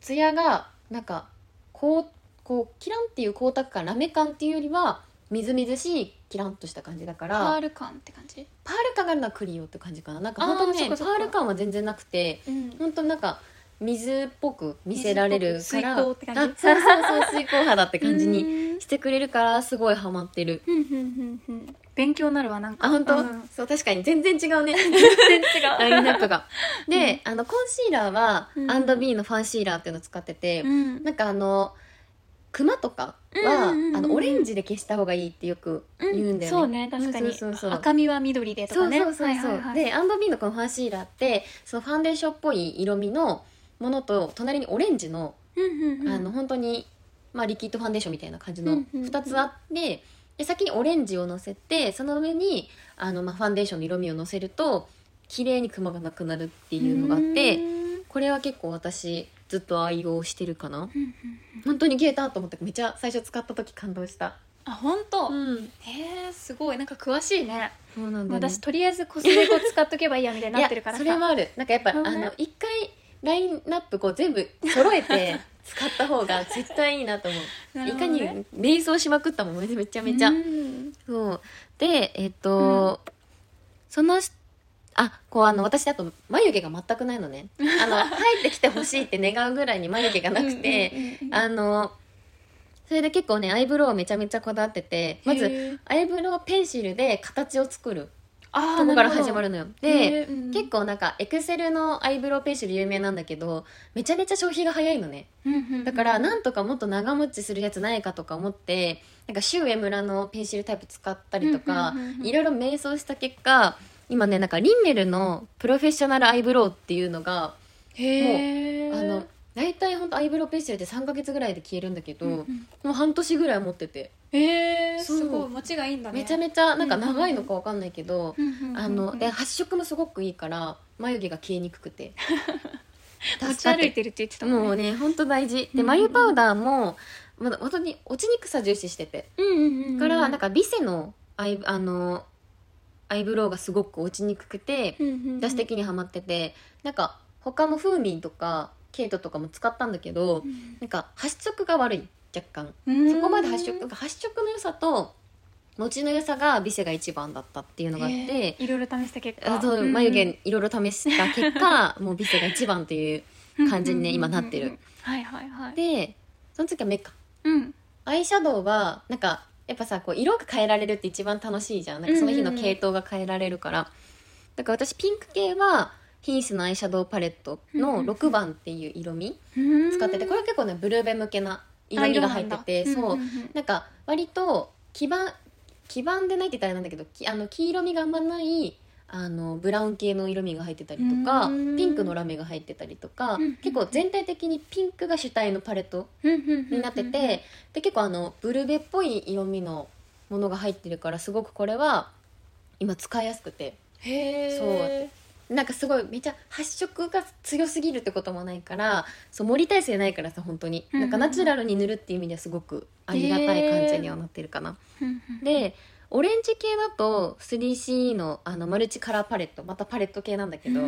Speaker 2: ツヤがなんかこうこうキランっていう光沢感ラメ感っていうよりはみずみずしいキランとした感じだから
Speaker 1: パール感って感じ
Speaker 2: パール感があるのはクリオって感じかななんか本当に
Speaker 1: あーそ
Speaker 2: ね
Speaker 1: っか
Speaker 2: パ
Speaker 1: そっか
Speaker 2: ール感は全然なくて
Speaker 1: うん
Speaker 2: 本当になんか水っぽく見せられる
Speaker 1: 水
Speaker 2: か
Speaker 1: っぽ
Speaker 2: ら
Speaker 1: く水光って感じ
Speaker 2: あそうそうそう水光肌って感じに
Speaker 1: に
Speaker 2: してくれるからすごいハマってる
Speaker 1: うんうんうんうん勉強になるわなんか
Speaker 2: あ本当、
Speaker 1: うん
Speaker 2: そう確かに全然違うね
Speaker 1: 全然
Speaker 2: (laughs) ラ
Speaker 1: 違う
Speaker 2: インナップがで、あのコンシーラーは、
Speaker 1: うん
Speaker 2: &B のファンシーラーっていうのを使ってて、
Speaker 1: うん
Speaker 2: なんかあのクマとかは、
Speaker 1: うんうんうんうん
Speaker 2: あのオレンジで消した方がいいってよく言うんだよね、
Speaker 1: そうね確かに
Speaker 2: そうそうそうそう
Speaker 1: 赤みは緑でと
Speaker 2: そ
Speaker 1: か
Speaker 2: う
Speaker 1: ね
Speaker 2: そうそうそう、
Speaker 1: はいはいはい
Speaker 2: で &B のこのファンシーラーってそのファンデーションっぽい色味のものと隣にオレンジの、
Speaker 1: うんうんうん
Speaker 2: あの本当にまあリキッドファンデーションみたいな感じ
Speaker 1: うん
Speaker 2: の
Speaker 1: うんうん
Speaker 2: 2つあって、で先にオレンジをのせてその上にあのまあファンデーションの色味をのせると綺麗にクマがなくなるっていうのがあって、
Speaker 1: うん
Speaker 2: これは結構私ずっと愛用してるかな
Speaker 1: うんうん
Speaker 2: 本当に消えたと思ってめちゃ最初使った時感動した
Speaker 1: あ本当、
Speaker 2: ん
Speaker 1: へえすごいなんか詳しいね、
Speaker 2: そうなんだ、ね、
Speaker 1: 私とりあえずコスメ粉使っとけばいいやみたいになってるからさ
Speaker 2: いやそれもあるなんかやっぱ、
Speaker 1: なる
Speaker 2: あ
Speaker 1: ほどね
Speaker 2: の一回ラインナップこう全部揃えて
Speaker 1: (laughs)
Speaker 2: 使った方が絶対いいなと思う、
Speaker 1: なる
Speaker 2: い
Speaker 1: ほ
Speaker 2: か
Speaker 1: どね
Speaker 2: に瞑想しまくったもんめちゃめちゃ、
Speaker 1: うん
Speaker 2: そうでえっと、そのしあこうあの私だと眉毛が全くないのね
Speaker 1: (laughs)
Speaker 2: あの入ってきてほしいって願うぐらいに眉毛がなくて、
Speaker 1: うんうんうんうん
Speaker 2: あのそれで結構ねアイブロウめちゃめちゃこだわっててま
Speaker 1: へ
Speaker 2: ず
Speaker 1: ー
Speaker 2: アイブロウペンシルで形を作る
Speaker 1: あー
Speaker 2: とこから
Speaker 1: なほど
Speaker 2: 始まるのよ
Speaker 1: へ
Speaker 2: で
Speaker 1: ーうん
Speaker 2: 結構なんかエクセルのアイブロウペンシル有名なんだけどめちゃめちゃ消費が早いのね
Speaker 1: うんうんうん
Speaker 2: だからなんとかもっと長持ちするやつないかとか思ってなんかシュウエムラのペンシルタイプ使ったりとか
Speaker 1: うんうんうんうん
Speaker 2: いろいろ迷走した結果今ねなんかリンネルのプロフェッショナルアイブロウっていうのが
Speaker 1: へえ
Speaker 2: あの大体ほんとアイブロウペンシルって3ヶ月ぐらいで消えるんだけど、
Speaker 1: うんうん
Speaker 2: もう半年ぐらい持ってて
Speaker 1: へえ
Speaker 2: そう
Speaker 1: すごい持ちがいいんだね
Speaker 2: めちゃめちゃなんか長いのかわかんないけど、
Speaker 1: うんうんうんうん
Speaker 2: あので発色もすごくいいから眉毛が消えにく
Speaker 1: (laughs)
Speaker 2: くて
Speaker 1: 持ち歩いてるって言ってた
Speaker 2: も
Speaker 1: も
Speaker 2: うん
Speaker 1: ね
Speaker 2: ねほんと大事
Speaker 1: うんう
Speaker 2: で
Speaker 1: ん
Speaker 2: 眉パウダーも、まだ本当に落ちにくさ重視してて
Speaker 1: うんうんうんう
Speaker 2: だ
Speaker 1: ん
Speaker 2: からなんかビセのアイあのアイブロウがすごく落ちにくくて
Speaker 1: うんうんうん
Speaker 2: 私的にはまっててなんか他もフーミンとかケイトとかも使ったんだけどなんか発色が悪い若干
Speaker 1: うん
Speaker 2: そこまで発色なんか発色の良さと持ちの良さがビセが一番だったっていうのがあっ
Speaker 1: へ
Speaker 2: て
Speaker 1: ーいろいろ試した結
Speaker 2: あ
Speaker 1: 果
Speaker 2: と
Speaker 1: うんうん
Speaker 2: 眉毛いろいろ試した結果もうビセが一番
Speaker 1: (laughs)
Speaker 2: という感じにね
Speaker 1: うんうんうんう
Speaker 2: 今
Speaker 1: ん
Speaker 2: なってる
Speaker 1: はいはいはい
Speaker 2: でその次は目か
Speaker 1: うん
Speaker 2: アイシャドウはなんかやっぱさこう色が変えられるって一番楽しいじゃんなんかその日の系統が変えられるから、だから私ピンク系はヒースのアイシャドウパレットの6番っていう色味使っててこれは結構ねブルーベ向けな色味が入ってて
Speaker 1: あ色
Speaker 2: そ
Speaker 1: な
Speaker 2: う
Speaker 1: んだうんうんうん
Speaker 2: なんか割と黄ば黄ばんでないって言ったらあれなんだけどきあの黄色みがあんまないあのブラウン系の色味が入ってたりとか
Speaker 1: うん
Speaker 2: ピンクのラメが入ってたりとか
Speaker 1: うん
Speaker 2: 結構全体的にピンクが主体のパレットに
Speaker 1: に
Speaker 2: なってて、で結構あのブルベっぽい色味のものが入ってるからすごくこれは今使いやすくて
Speaker 1: へ
Speaker 2: そう
Speaker 1: え
Speaker 2: なんかすごいめちゃ発色が強すぎるってこともないからそう盛り体性ないからさ本当に
Speaker 1: うん
Speaker 2: なんかナチュラルに塗るっていう意味ではすごくありがたい感じにはなってるかな。でオレンジ系だと 3CE のあのマルチカラーパレットまたパレット系なんだけど、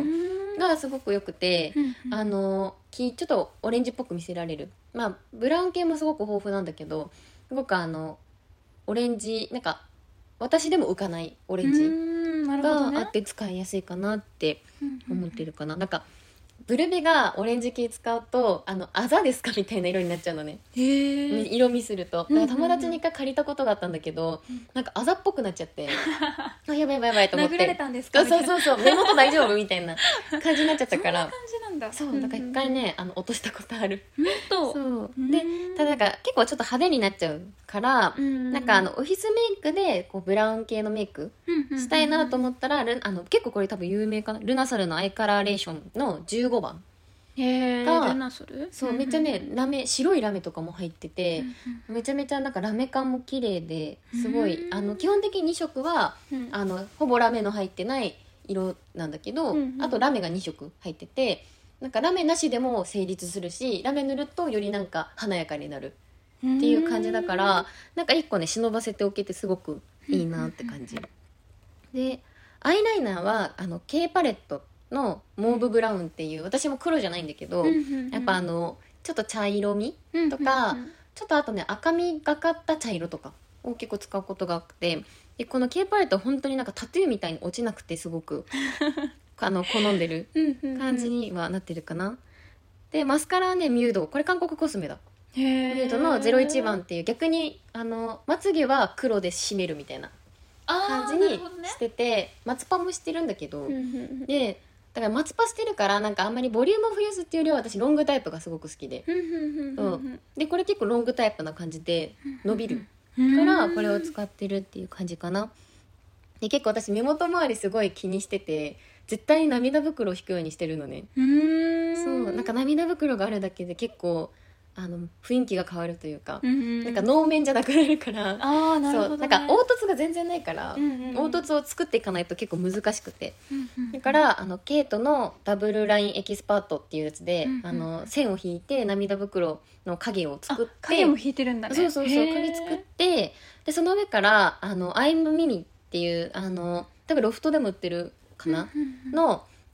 Speaker 2: がすごく良くて、あのきちょっとオレンジっぽく見せられるまあブラウン系もすごく豊富なんだけどすごくあのオレンジなんか私でも浮かないオレンジがあって使いやすいかなって思ってるかな。なんかブルベがオレンジ系使うとあのあざですかみたいな色になっちゃうのね
Speaker 1: へえ
Speaker 2: 色味すると
Speaker 1: うんうんう
Speaker 2: だ
Speaker 1: ん
Speaker 2: から友達に一回借りたことがあったんだけど、なんかあざっぽくなっちゃって「あやばいやばいやばい」と思っ
Speaker 1: 殴られ
Speaker 2: て
Speaker 1: たんです
Speaker 2: そ
Speaker 1: か
Speaker 2: うそう
Speaker 1: う
Speaker 2: そうそう目元大丈夫みたいな感じになっちゃったか
Speaker 1: そん
Speaker 2: ら
Speaker 1: な感じなんだ
Speaker 2: そうだから一回ねあの落としたことある
Speaker 1: もっと
Speaker 2: そうでただなんか結構ちょっと派手になっちゃうから、なんかあのオフィスメイクでこうブラウン系のメイクしたいなと
Speaker 1: っ
Speaker 2: 思ったら、ルあの結構これ多分有名かなルナサルのアイカラーレーションの15番
Speaker 1: てへえ
Speaker 2: が
Speaker 1: ルナソル
Speaker 2: そうめっちゃねラメ白いラメとかも入って
Speaker 1: う
Speaker 2: て
Speaker 1: ん、
Speaker 2: めちゃめちゃなんかラメ感も綺麗ですごい、
Speaker 1: うん
Speaker 2: あの基本的に2色は
Speaker 1: うんうん
Speaker 2: あのほぼラメの入ってない色なんだけど、
Speaker 1: うんうん
Speaker 2: あとラメが2色入っててなんかラメなしでも成立するしラメ塗るとよりなんか華やかになるっていう感じだから、なんか1個ね忍ばせておけてすごくいいなって感じ。でアイライナーはあの K パレットのモーブブラウンっていう私も黒じゃないんだけど、
Speaker 1: うんうんうん
Speaker 2: やっぱあのちょっと茶色み
Speaker 1: うん
Speaker 2: とか
Speaker 1: うんうん
Speaker 2: ちょっとあとね赤みがかった茶色とかを結構使うことが多くてでこの K パレットは本当になんかタトゥーみたいに落ちなくてすご (laughs) くあの好んでる
Speaker 1: うんうんうん
Speaker 2: 感じにはなってるかな。でマスカラはねミュードこれ韓国コスメだ
Speaker 1: ミ
Speaker 2: ミュードの01番っていう逆にあのまつげは黒で締めるみたいな感じにしてて、松パもしてるんだけど、でだから松パしてるからなんかあんまりボリュームを増やすっていうよりは私ロングタイプがすごく好きでそうでこれ結構ロングタイプな感じで伸びるからこれを使ってるっていう感じかなで結構私目元周りすごい気にしてて絶対に涙袋を引くようにしてるのね
Speaker 1: うん
Speaker 2: そうなんか涙袋があるだけで結構あの雰囲気が変わるというか、
Speaker 1: な
Speaker 2: なんか能面じゃなくなるから
Speaker 1: ああなるほ
Speaker 2: そ
Speaker 1: ど
Speaker 2: う
Speaker 1: ね
Speaker 2: なんか凹凸が全然ないから、
Speaker 1: うんうんうん
Speaker 2: 凹凸を作っていかないと結構難しくて
Speaker 1: うんうん
Speaker 2: だからあのケイトのダブルラインエキスパートっていうやつで、
Speaker 1: うんうん
Speaker 2: あの線を引いて涙袋の影を作って
Speaker 1: あ影も引いてるんだね
Speaker 2: そうそうそう
Speaker 1: へー
Speaker 2: 影作ってでその上からあのアイムミニっていうあの多分ロフトでも売ってるかな、
Speaker 1: うんうんうん
Speaker 2: の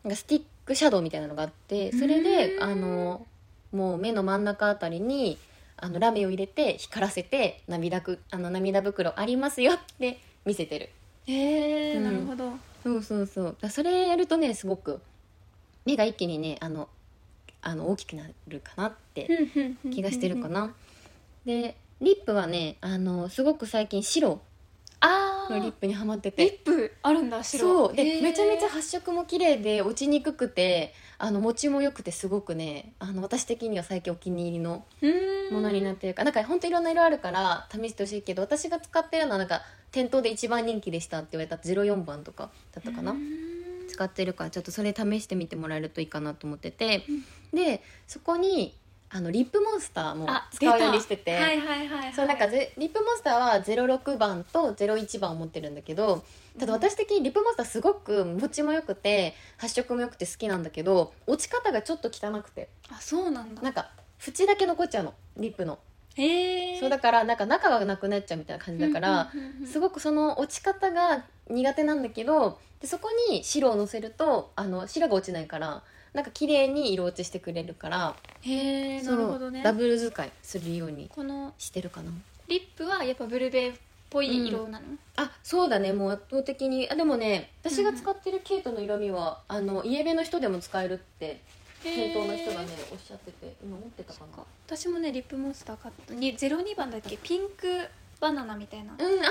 Speaker 2: なんかスティックシャドウみたいなのがあってそれで
Speaker 1: うん
Speaker 2: あのもう目の真ん中あたりにあのラメを入れて光らせて涙ぐあの涙袋ありますよって見せてる
Speaker 1: へえ
Speaker 2: うん
Speaker 1: なるほど
Speaker 2: そうそうそうだからそれやるとねすごく目が一気にねあのあの大きくなるかなって気がしてるか
Speaker 1: な
Speaker 2: なでリップはねあのすごく最近白
Speaker 1: ああ
Speaker 2: のリップにはまって
Speaker 1: リ
Speaker 2: て
Speaker 1: ップあるんだ白
Speaker 2: そうで、
Speaker 1: へー
Speaker 2: めちゃめちゃ発色も綺麗で落ちにくくてあの持ちも良くてすごくねあの私的には最近お気に入りの
Speaker 1: うん
Speaker 2: ものになってるから、なんか本当いろんな色あるから試してほしいけど私が使ってるのはなんか店頭で一番人気でしたって言われた04番とかだったかな、
Speaker 1: うん
Speaker 2: 使ってるからちょっとそれ試してみてもらえるといいかなと思ってて、でそこにあのリップモンスターも
Speaker 1: あ
Speaker 2: 使うようにしてて、
Speaker 1: 出たはいはいはいはい
Speaker 2: そうなんかぜリップモンスターは06番と01番を持ってるんだけどただ私的にリップモンスターすごく持ちも良くて発色も良くて好きなんだけど落ち方がちょっと汚くて
Speaker 1: あそうなんだ
Speaker 2: なんか縁だけ残っちゃうのリップの、
Speaker 1: へえ
Speaker 2: そうだからなんか中がなくなっちゃうみたいな感じだから、
Speaker 1: うんうんうんうん
Speaker 2: すごくその落ち方が苦手なんだけどでそこに白をのせるとあの白が落ちないからなんか綺麗に色落ちしてくれるから、
Speaker 1: へえなるほどね
Speaker 2: そうダブル使いするように
Speaker 1: この
Speaker 2: してるかな。
Speaker 1: リップはやっぱブルベっぽい色なの
Speaker 2: あそうだねもう圧倒的にあでもね私が使ってるケイトの色味は、あのイエベの人でも使えるって店頭の人がね
Speaker 1: へー
Speaker 2: おっしゃってて今持ってたかな
Speaker 1: 私もねリップモンスター買ったに02番だっけピンクバナナみたいな
Speaker 2: うんあーピンク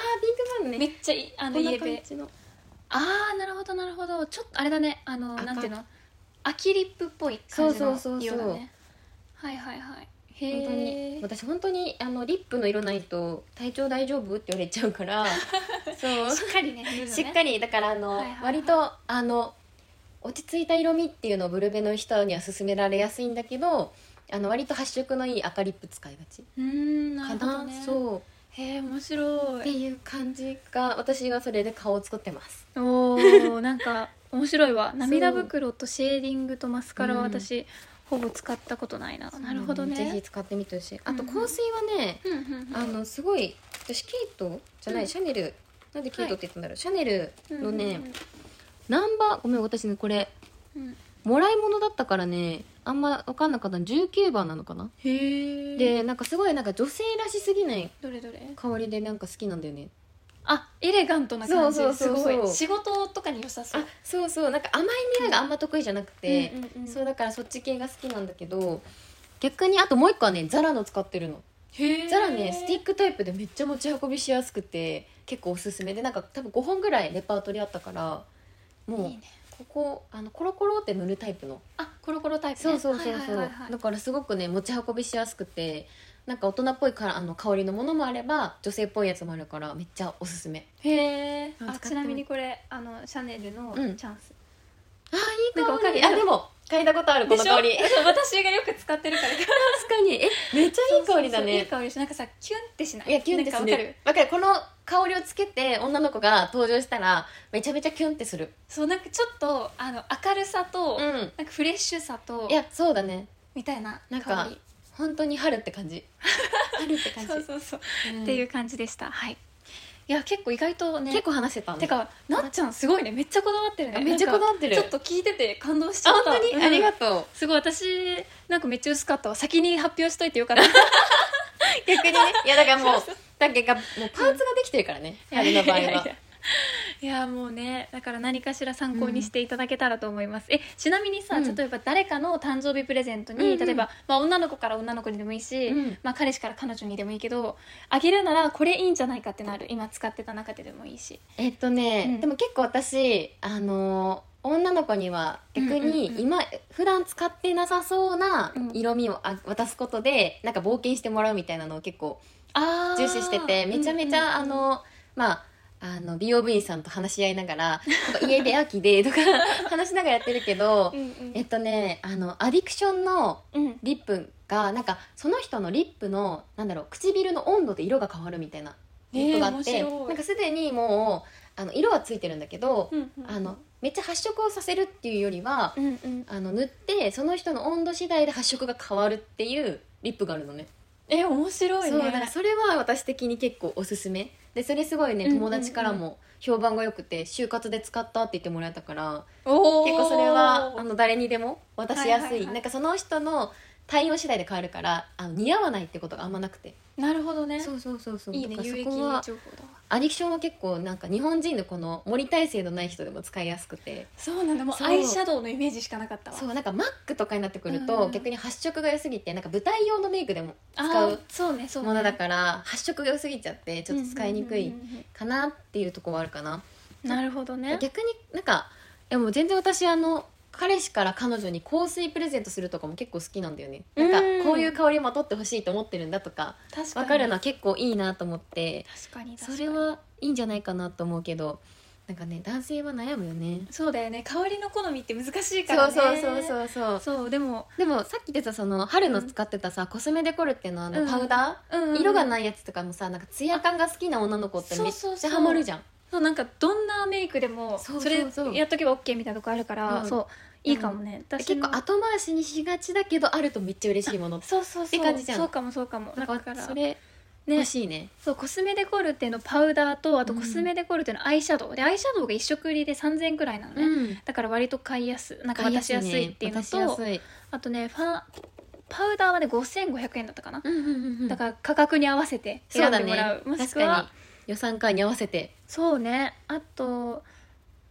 Speaker 2: バンね
Speaker 1: めっちゃいいあの
Speaker 2: こんな
Speaker 1: イエ
Speaker 2: 感
Speaker 1: ベ
Speaker 2: じの
Speaker 1: あーなるほどなるほどちょっとあれだねあの
Speaker 2: 赤
Speaker 1: なんていうの秋リップっぽい感じの
Speaker 2: そうそうそうそう
Speaker 1: 色だねはいはいはい
Speaker 2: 本当
Speaker 1: へ
Speaker 2: に
Speaker 1: え
Speaker 2: 私本当にあのリップの色ないと体調大丈夫って言われちゃうから
Speaker 1: (laughs)
Speaker 2: そ
Speaker 1: しっかりね塗るの
Speaker 2: う
Speaker 1: ね
Speaker 2: しっかりだからあの、
Speaker 1: はいはいはい
Speaker 2: 割とあの落ち着いた色味っていうのをブルベの人には勧められやすいんだけどあの割と発色のいい赤リップ使いがち
Speaker 1: うーんな
Speaker 2: か
Speaker 1: るほ
Speaker 2: な
Speaker 1: どね
Speaker 2: そう
Speaker 1: へえ面白
Speaker 2: って
Speaker 1: い
Speaker 2: いう感じが私がそれで顔を作ってます
Speaker 1: お
Speaker 2: (laughs)
Speaker 1: ーなんか面白いわ涙袋とシェーディングとマスカラは私、ほぼ使ったことないななるほどね
Speaker 2: ぜひ使ってみてほしいあと
Speaker 1: うんうん
Speaker 2: 香水はね、
Speaker 1: うんうんうん
Speaker 2: あのすごい私ケイトじゃない、
Speaker 1: うん
Speaker 2: シャネルなんでキュートって言ったんだろう、シャネル
Speaker 1: うん
Speaker 2: のね、ナンバーごめん私ねこれ
Speaker 1: うん
Speaker 2: もらい物だったからねあんま分かんなかったの19番なのかな、
Speaker 1: へえ
Speaker 2: でなんかすごいなんか女性らしすぎない
Speaker 1: どれどれ
Speaker 2: 香りでなんか好きなんだよね
Speaker 1: あエレガントな感じ
Speaker 2: そうそうそうそう
Speaker 1: すごい仕事とかに良さそう
Speaker 2: あそうそうなんか甘い匂いがあんま得意じゃなくて、
Speaker 1: うんうんうん
Speaker 2: そうだからそっち系が好きなんだけど逆にあともう一個はねザラの使ってるの
Speaker 1: へえ
Speaker 2: ザラねスティックタイプでめっちゃ持ち運びしやすくて結構おすすめでなんか多分5本ぐらいレパートリーあったからも
Speaker 1: いいうね
Speaker 2: ここあのコロコロって塗るタイプの
Speaker 1: あコロコロタイプ、ね、
Speaker 2: そうそうそうそ
Speaker 1: はいは
Speaker 2: う、
Speaker 1: いはい
Speaker 2: だ
Speaker 1: はい
Speaker 2: からすごくね持ち運びしやすくてなんか大人っぽいからあの香りのものもあれば女性っぽいやつもあるからめっちゃおすすめ
Speaker 1: へえ
Speaker 2: うん使ってみ
Speaker 1: ちなみにこれあのシャネルの
Speaker 2: うん
Speaker 1: チャンス、
Speaker 2: あーいい
Speaker 1: なんかわかる
Speaker 2: あでも嗅いだことあるこの香り
Speaker 1: そう私がよく使ってるから
Speaker 2: 確かにえめっちゃいい香りだ
Speaker 1: そうそうそういい
Speaker 2: ね
Speaker 1: 香りしなんかさキュンってしない
Speaker 2: いやキュンってす
Speaker 1: なん
Speaker 2: る
Speaker 1: かわかる
Speaker 2: わかるこの香りをつけて女の子が登場したらめちゃめちゃキュンってする
Speaker 1: そうなんかちょっとあの明るさと、
Speaker 2: うん
Speaker 1: なんかフレッシュさと
Speaker 2: いやそうだね
Speaker 1: みたいな
Speaker 2: なん
Speaker 1: 香
Speaker 2: か
Speaker 1: り
Speaker 2: 本当に春って
Speaker 1: (laughs)
Speaker 2: 感じ春って感じ
Speaker 1: そうそうそう、
Speaker 2: うん
Speaker 1: っていう感じでしたはいいや結構意外とね
Speaker 2: 結構話せたね
Speaker 1: てかなっちゃんすごいねめっちゃこだわってるね
Speaker 2: あめっちゃこだわってる
Speaker 1: なんかちょっと聞いてて感動しちゃ
Speaker 2: あ
Speaker 1: っ
Speaker 2: 本
Speaker 1: た
Speaker 2: 当に、ありが
Speaker 1: と (laughs)
Speaker 2: とう
Speaker 1: うんすごい私なんかめっちゃ薄かったわ先に発表しといてよかった
Speaker 2: 逆にねいやだからもうだけがもうパーツができてるからね春の場合はい
Speaker 1: やいやいや (laughs) いやもうねだから何かしら参考にしていただけたらと思います、えちなみにさ、
Speaker 2: うん
Speaker 1: 例えば誰かの誕生日プレゼントに、
Speaker 2: うんうん
Speaker 1: 例えば、まあ、女の子から女の子にでもいいし、
Speaker 2: うん
Speaker 1: まあ、彼氏から彼女にでもいいけどあげるならこれいいんじゃないかってなる今使ってた中ででもいいし
Speaker 2: えっとね、
Speaker 1: うん
Speaker 2: でも結構私あのー女の子には逆
Speaker 1: うんうん
Speaker 2: に
Speaker 1: うん
Speaker 2: 今、普段使ってなさそうな
Speaker 1: うん
Speaker 2: 色味をあ渡すことでなんか冒険してもらうみたいなのを結構
Speaker 1: あ
Speaker 2: 重視しててめちゃめちゃ、
Speaker 1: の
Speaker 2: あのまああの美容部員さんと話し合いながら「とか家で秋で」
Speaker 1: (laughs)
Speaker 2: とか話しながらやってるけど、
Speaker 1: うんうん
Speaker 2: えっとねあのアディクションの
Speaker 1: うん
Speaker 2: リップがなんかその人のリップのなんだろう唇の温度で色が変わるみたいなリップがあって、
Speaker 1: えー面白い
Speaker 2: なんかすでにもうあの色はついてるんだけど、
Speaker 1: うんうん
Speaker 2: あのめっちゃ発色をさせるっていうよりは、
Speaker 1: うんうん
Speaker 2: あの塗ってその人の温度次第で発色が変わるっていうリップがあるのね
Speaker 1: え面白い
Speaker 2: そう
Speaker 1: ね
Speaker 2: だからそれは私的に結構おすすめでそれすごいね
Speaker 1: うんうんうん
Speaker 2: 友達からも評判が良くて就活で使ったって言ってもらえたから
Speaker 1: おー
Speaker 2: 結構それはあの誰にでも渡しやすい,、
Speaker 1: はいはいはい
Speaker 2: なんかその人の対応次第で変わるからあの似合わないってことがあんまなくて
Speaker 1: なるほどね
Speaker 2: うそうそうそ
Speaker 1: いいね
Speaker 2: だから
Speaker 1: 有益
Speaker 2: そ
Speaker 1: 情
Speaker 2: こ
Speaker 1: 報だわ
Speaker 2: はアディクションは結構なんか日本人のこの盛り耐性のない人でも使いやすくて
Speaker 1: そうなんだもう
Speaker 2: そう
Speaker 1: アイシャドウのイメージしかなかったわ
Speaker 2: そうなんかマックとかになってくる
Speaker 1: うんう
Speaker 2: と
Speaker 1: ん
Speaker 2: 逆に発色が良すぎてなんか舞台用のメイクでも
Speaker 1: あ
Speaker 2: 使
Speaker 1: ー
Speaker 2: う
Speaker 1: そうねそうね
Speaker 2: ものだから発色が良すぎちゃってちょっと使いにく
Speaker 1: うん
Speaker 2: い
Speaker 1: うんうん
Speaker 2: かなっていうところはあるかな
Speaker 1: うんなるほどね
Speaker 2: 逆になんかいやもう全然私あの彼氏から彼女に香水プレゼントするとかも結構好きなんだよねなんか
Speaker 1: うん
Speaker 2: こういう香りまとってほしいと思ってるんだとか
Speaker 1: 確かに
Speaker 2: 分かるのは結構いいなと思って
Speaker 1: 確かに確か
Speaker 2: そ
Speaker 1: に
Speaker 2: れはいいんじゃないかなと思うけどなんかね男性は悩むよね
Speaker 1: そうだよね香りの好みって難しいか
Speaker 2: そ
Speaker 1: ら
Speaker 2: う
Speaker 1: ね
Speaker 2: そうそう
Speaker 1: う
Speaker 2: そうそう
Speaker 1: そうでも
Speaker 2: でもさっき言ってたその春の使ってたさ、コスメデコルテのあ
Speaker 1: う
Speaker 2: の
Speaker 1: ん
Speaker 2: パウダー、
Speaker 1: うんうん
Speaker 2: 色がないやつとかもさなんかツヤ感が好きな女の子ってめっ
Speaker 1: そうそう
Speaker 2: ち
Speaker 1: そ
Speaker 2: ゃ
Speaker 1: う
Speaker 2: ハマるじゃん
Speaker 1: そうなんかどんなメイクでも
Speaker 2: そう
Speaker 1: そ
Speaker 2: そう
Speaker 1: れ
Speaker 2: そう
Speaker 1: やっとけば OK みたいなとこあるから
Speaker 2: うん
Speaker 1: そういいかもね
Speaker 2: 結構
Speaker 1: あ
Speaker 2: 後回しにしがちだけどあるとめっちゃ嬉しいもの
Speaker 1: そうそう
Speaker 2: っ
Speaker 1: そ
Speaker 2: て
Speaker 1: う
Speaker 2: 感じじゃん
Speaker 1: そうかもそうかもだ
Speaker 2: だ
Speaker 1: か
Speaker 2: かららそれ
Speaker 1: ね
Speaker 2: 欲しいね
Speaker 1: そうコスメデコルテのパウダーとあとコスメデコルテのアイシャドウ、でアイシャドウが1色入りで3000円くらいなのね、
Speaker 2: ん
Speaker 1: だから割と買いやすなんか
Speaker 2: 買
Speaker 1: 渡
Speaker 2: や
Speaker 1: し
Speaker 2: すい
Speaker 1: や
Speaker 2: ね
Speaker 1: すいっていうの
Speaker 2: 渡しや
Speaker 1: と、
Speaker 2: すい
Speaker 1: あとねファンパウダーはね5500円だったかな、
Speaker 2: うんうんうんうん
Speaker 1: だから価格に合わせて
Speaker 2: そ
Speaker 1: 選
Speaker 2: うんだ
Speaker 1: でもら
Speaker 2: ね
Speaker 1: うもし
Speaker 2: 確
Speaker 1: く
Speaker 2: かに
Speaker 1: は
Speaker 2: 予算感に合わせて
Speaker 1: そうねあと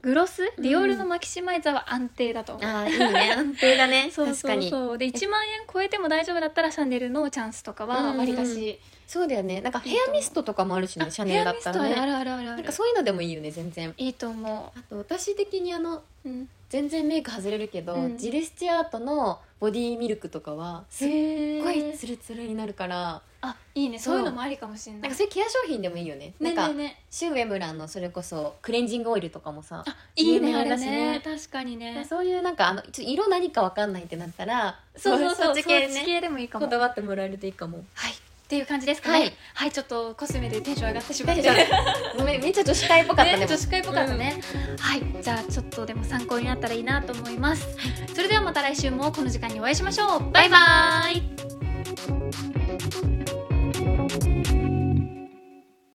Speaker 1: グロスディオールのマキシマイザーは安定だと思う、
Speaker 2: ああいいね安定だね
Speaker 1: (laughs) そう
Speaker 2: 確か
Speaker 1: そう
Speaker 2: に
Speaker 1: そうで1万円超えても大丈夫だったらシャネルのチャンスとかは割りか
Speaker 2: うんうん
Speaker 1: し、
Speaker 2: そうだよねなんかヘアミストとかもあるしねシャネルだったら
Speaker 1: ヘアミストはあ
Speaker 2: ね
Speaker 1: るあるあるあ
Speaker 2: なん
Speaker 1: る
Speaker 2: かそういうのでもいいよね全然
Speaker 1: いいと思
Speaker 2: あと私的にあの
Speaker 1: う、うん、
Speaker 2: 全然メイク外れるけど、
Speaker 1: うん
Speaker 2: ジルスチュアートのボディミルクとかはすっ
Speaker 1: へ
Speaker 2: ごい
Speaker 1: え
Speaker 2: ツルツルになるから
Speaker 1: あいいね
Speaker 2: そう
Speaker 1: そういうのもありかもしれな
Speaker 2: ないんかそういうケア商品でもいいよね
Speaker 1: ね
Speaker 2: な
Speaker 1: ね
Speaker 2: んか
Speaker 1: ね
Speaker 2: シュウエムランのそれこそクレンジングオイルとかもさ
Speaker 1: あいいね
Speaker 2: 有
Speaker 1: あ
Speaker 2: 名だ
Speaker 1: れ
Speaker 2: し
Speaker 1: ね
Speaker 2: ね
Speaker 1: 確かにね
Speaker 2: そういうなんかあのちょ色何かわかんないってなったら
Speaker 1: そうそうそうそっ
Speaker 2: そっち
Speaker 1: ち
Speaker 2: 系
Speaker 1: 系,、
Speaker 2: ね
Speaker 1: でもいいか
Speaker 2: こ
Speaker 1: も
Speaker 2: だわってもらえるといいかも
Speaker 1: はいっていう感じですかね
Speaker 2: は
Speaker 1: はいい、ちょっとコスメでテンション上がってしまっ
Speaker 2: 大
Speaker 1: て
Speaker 2: 丈夫ごめんめっちゃ女子会っぽかったね
Speaker 1: ね女子会っぽかったね、はいじゃあちょっとでも参考になったらいいなと思います、それではまた来週もこの時間にお会いしましょうバイバイ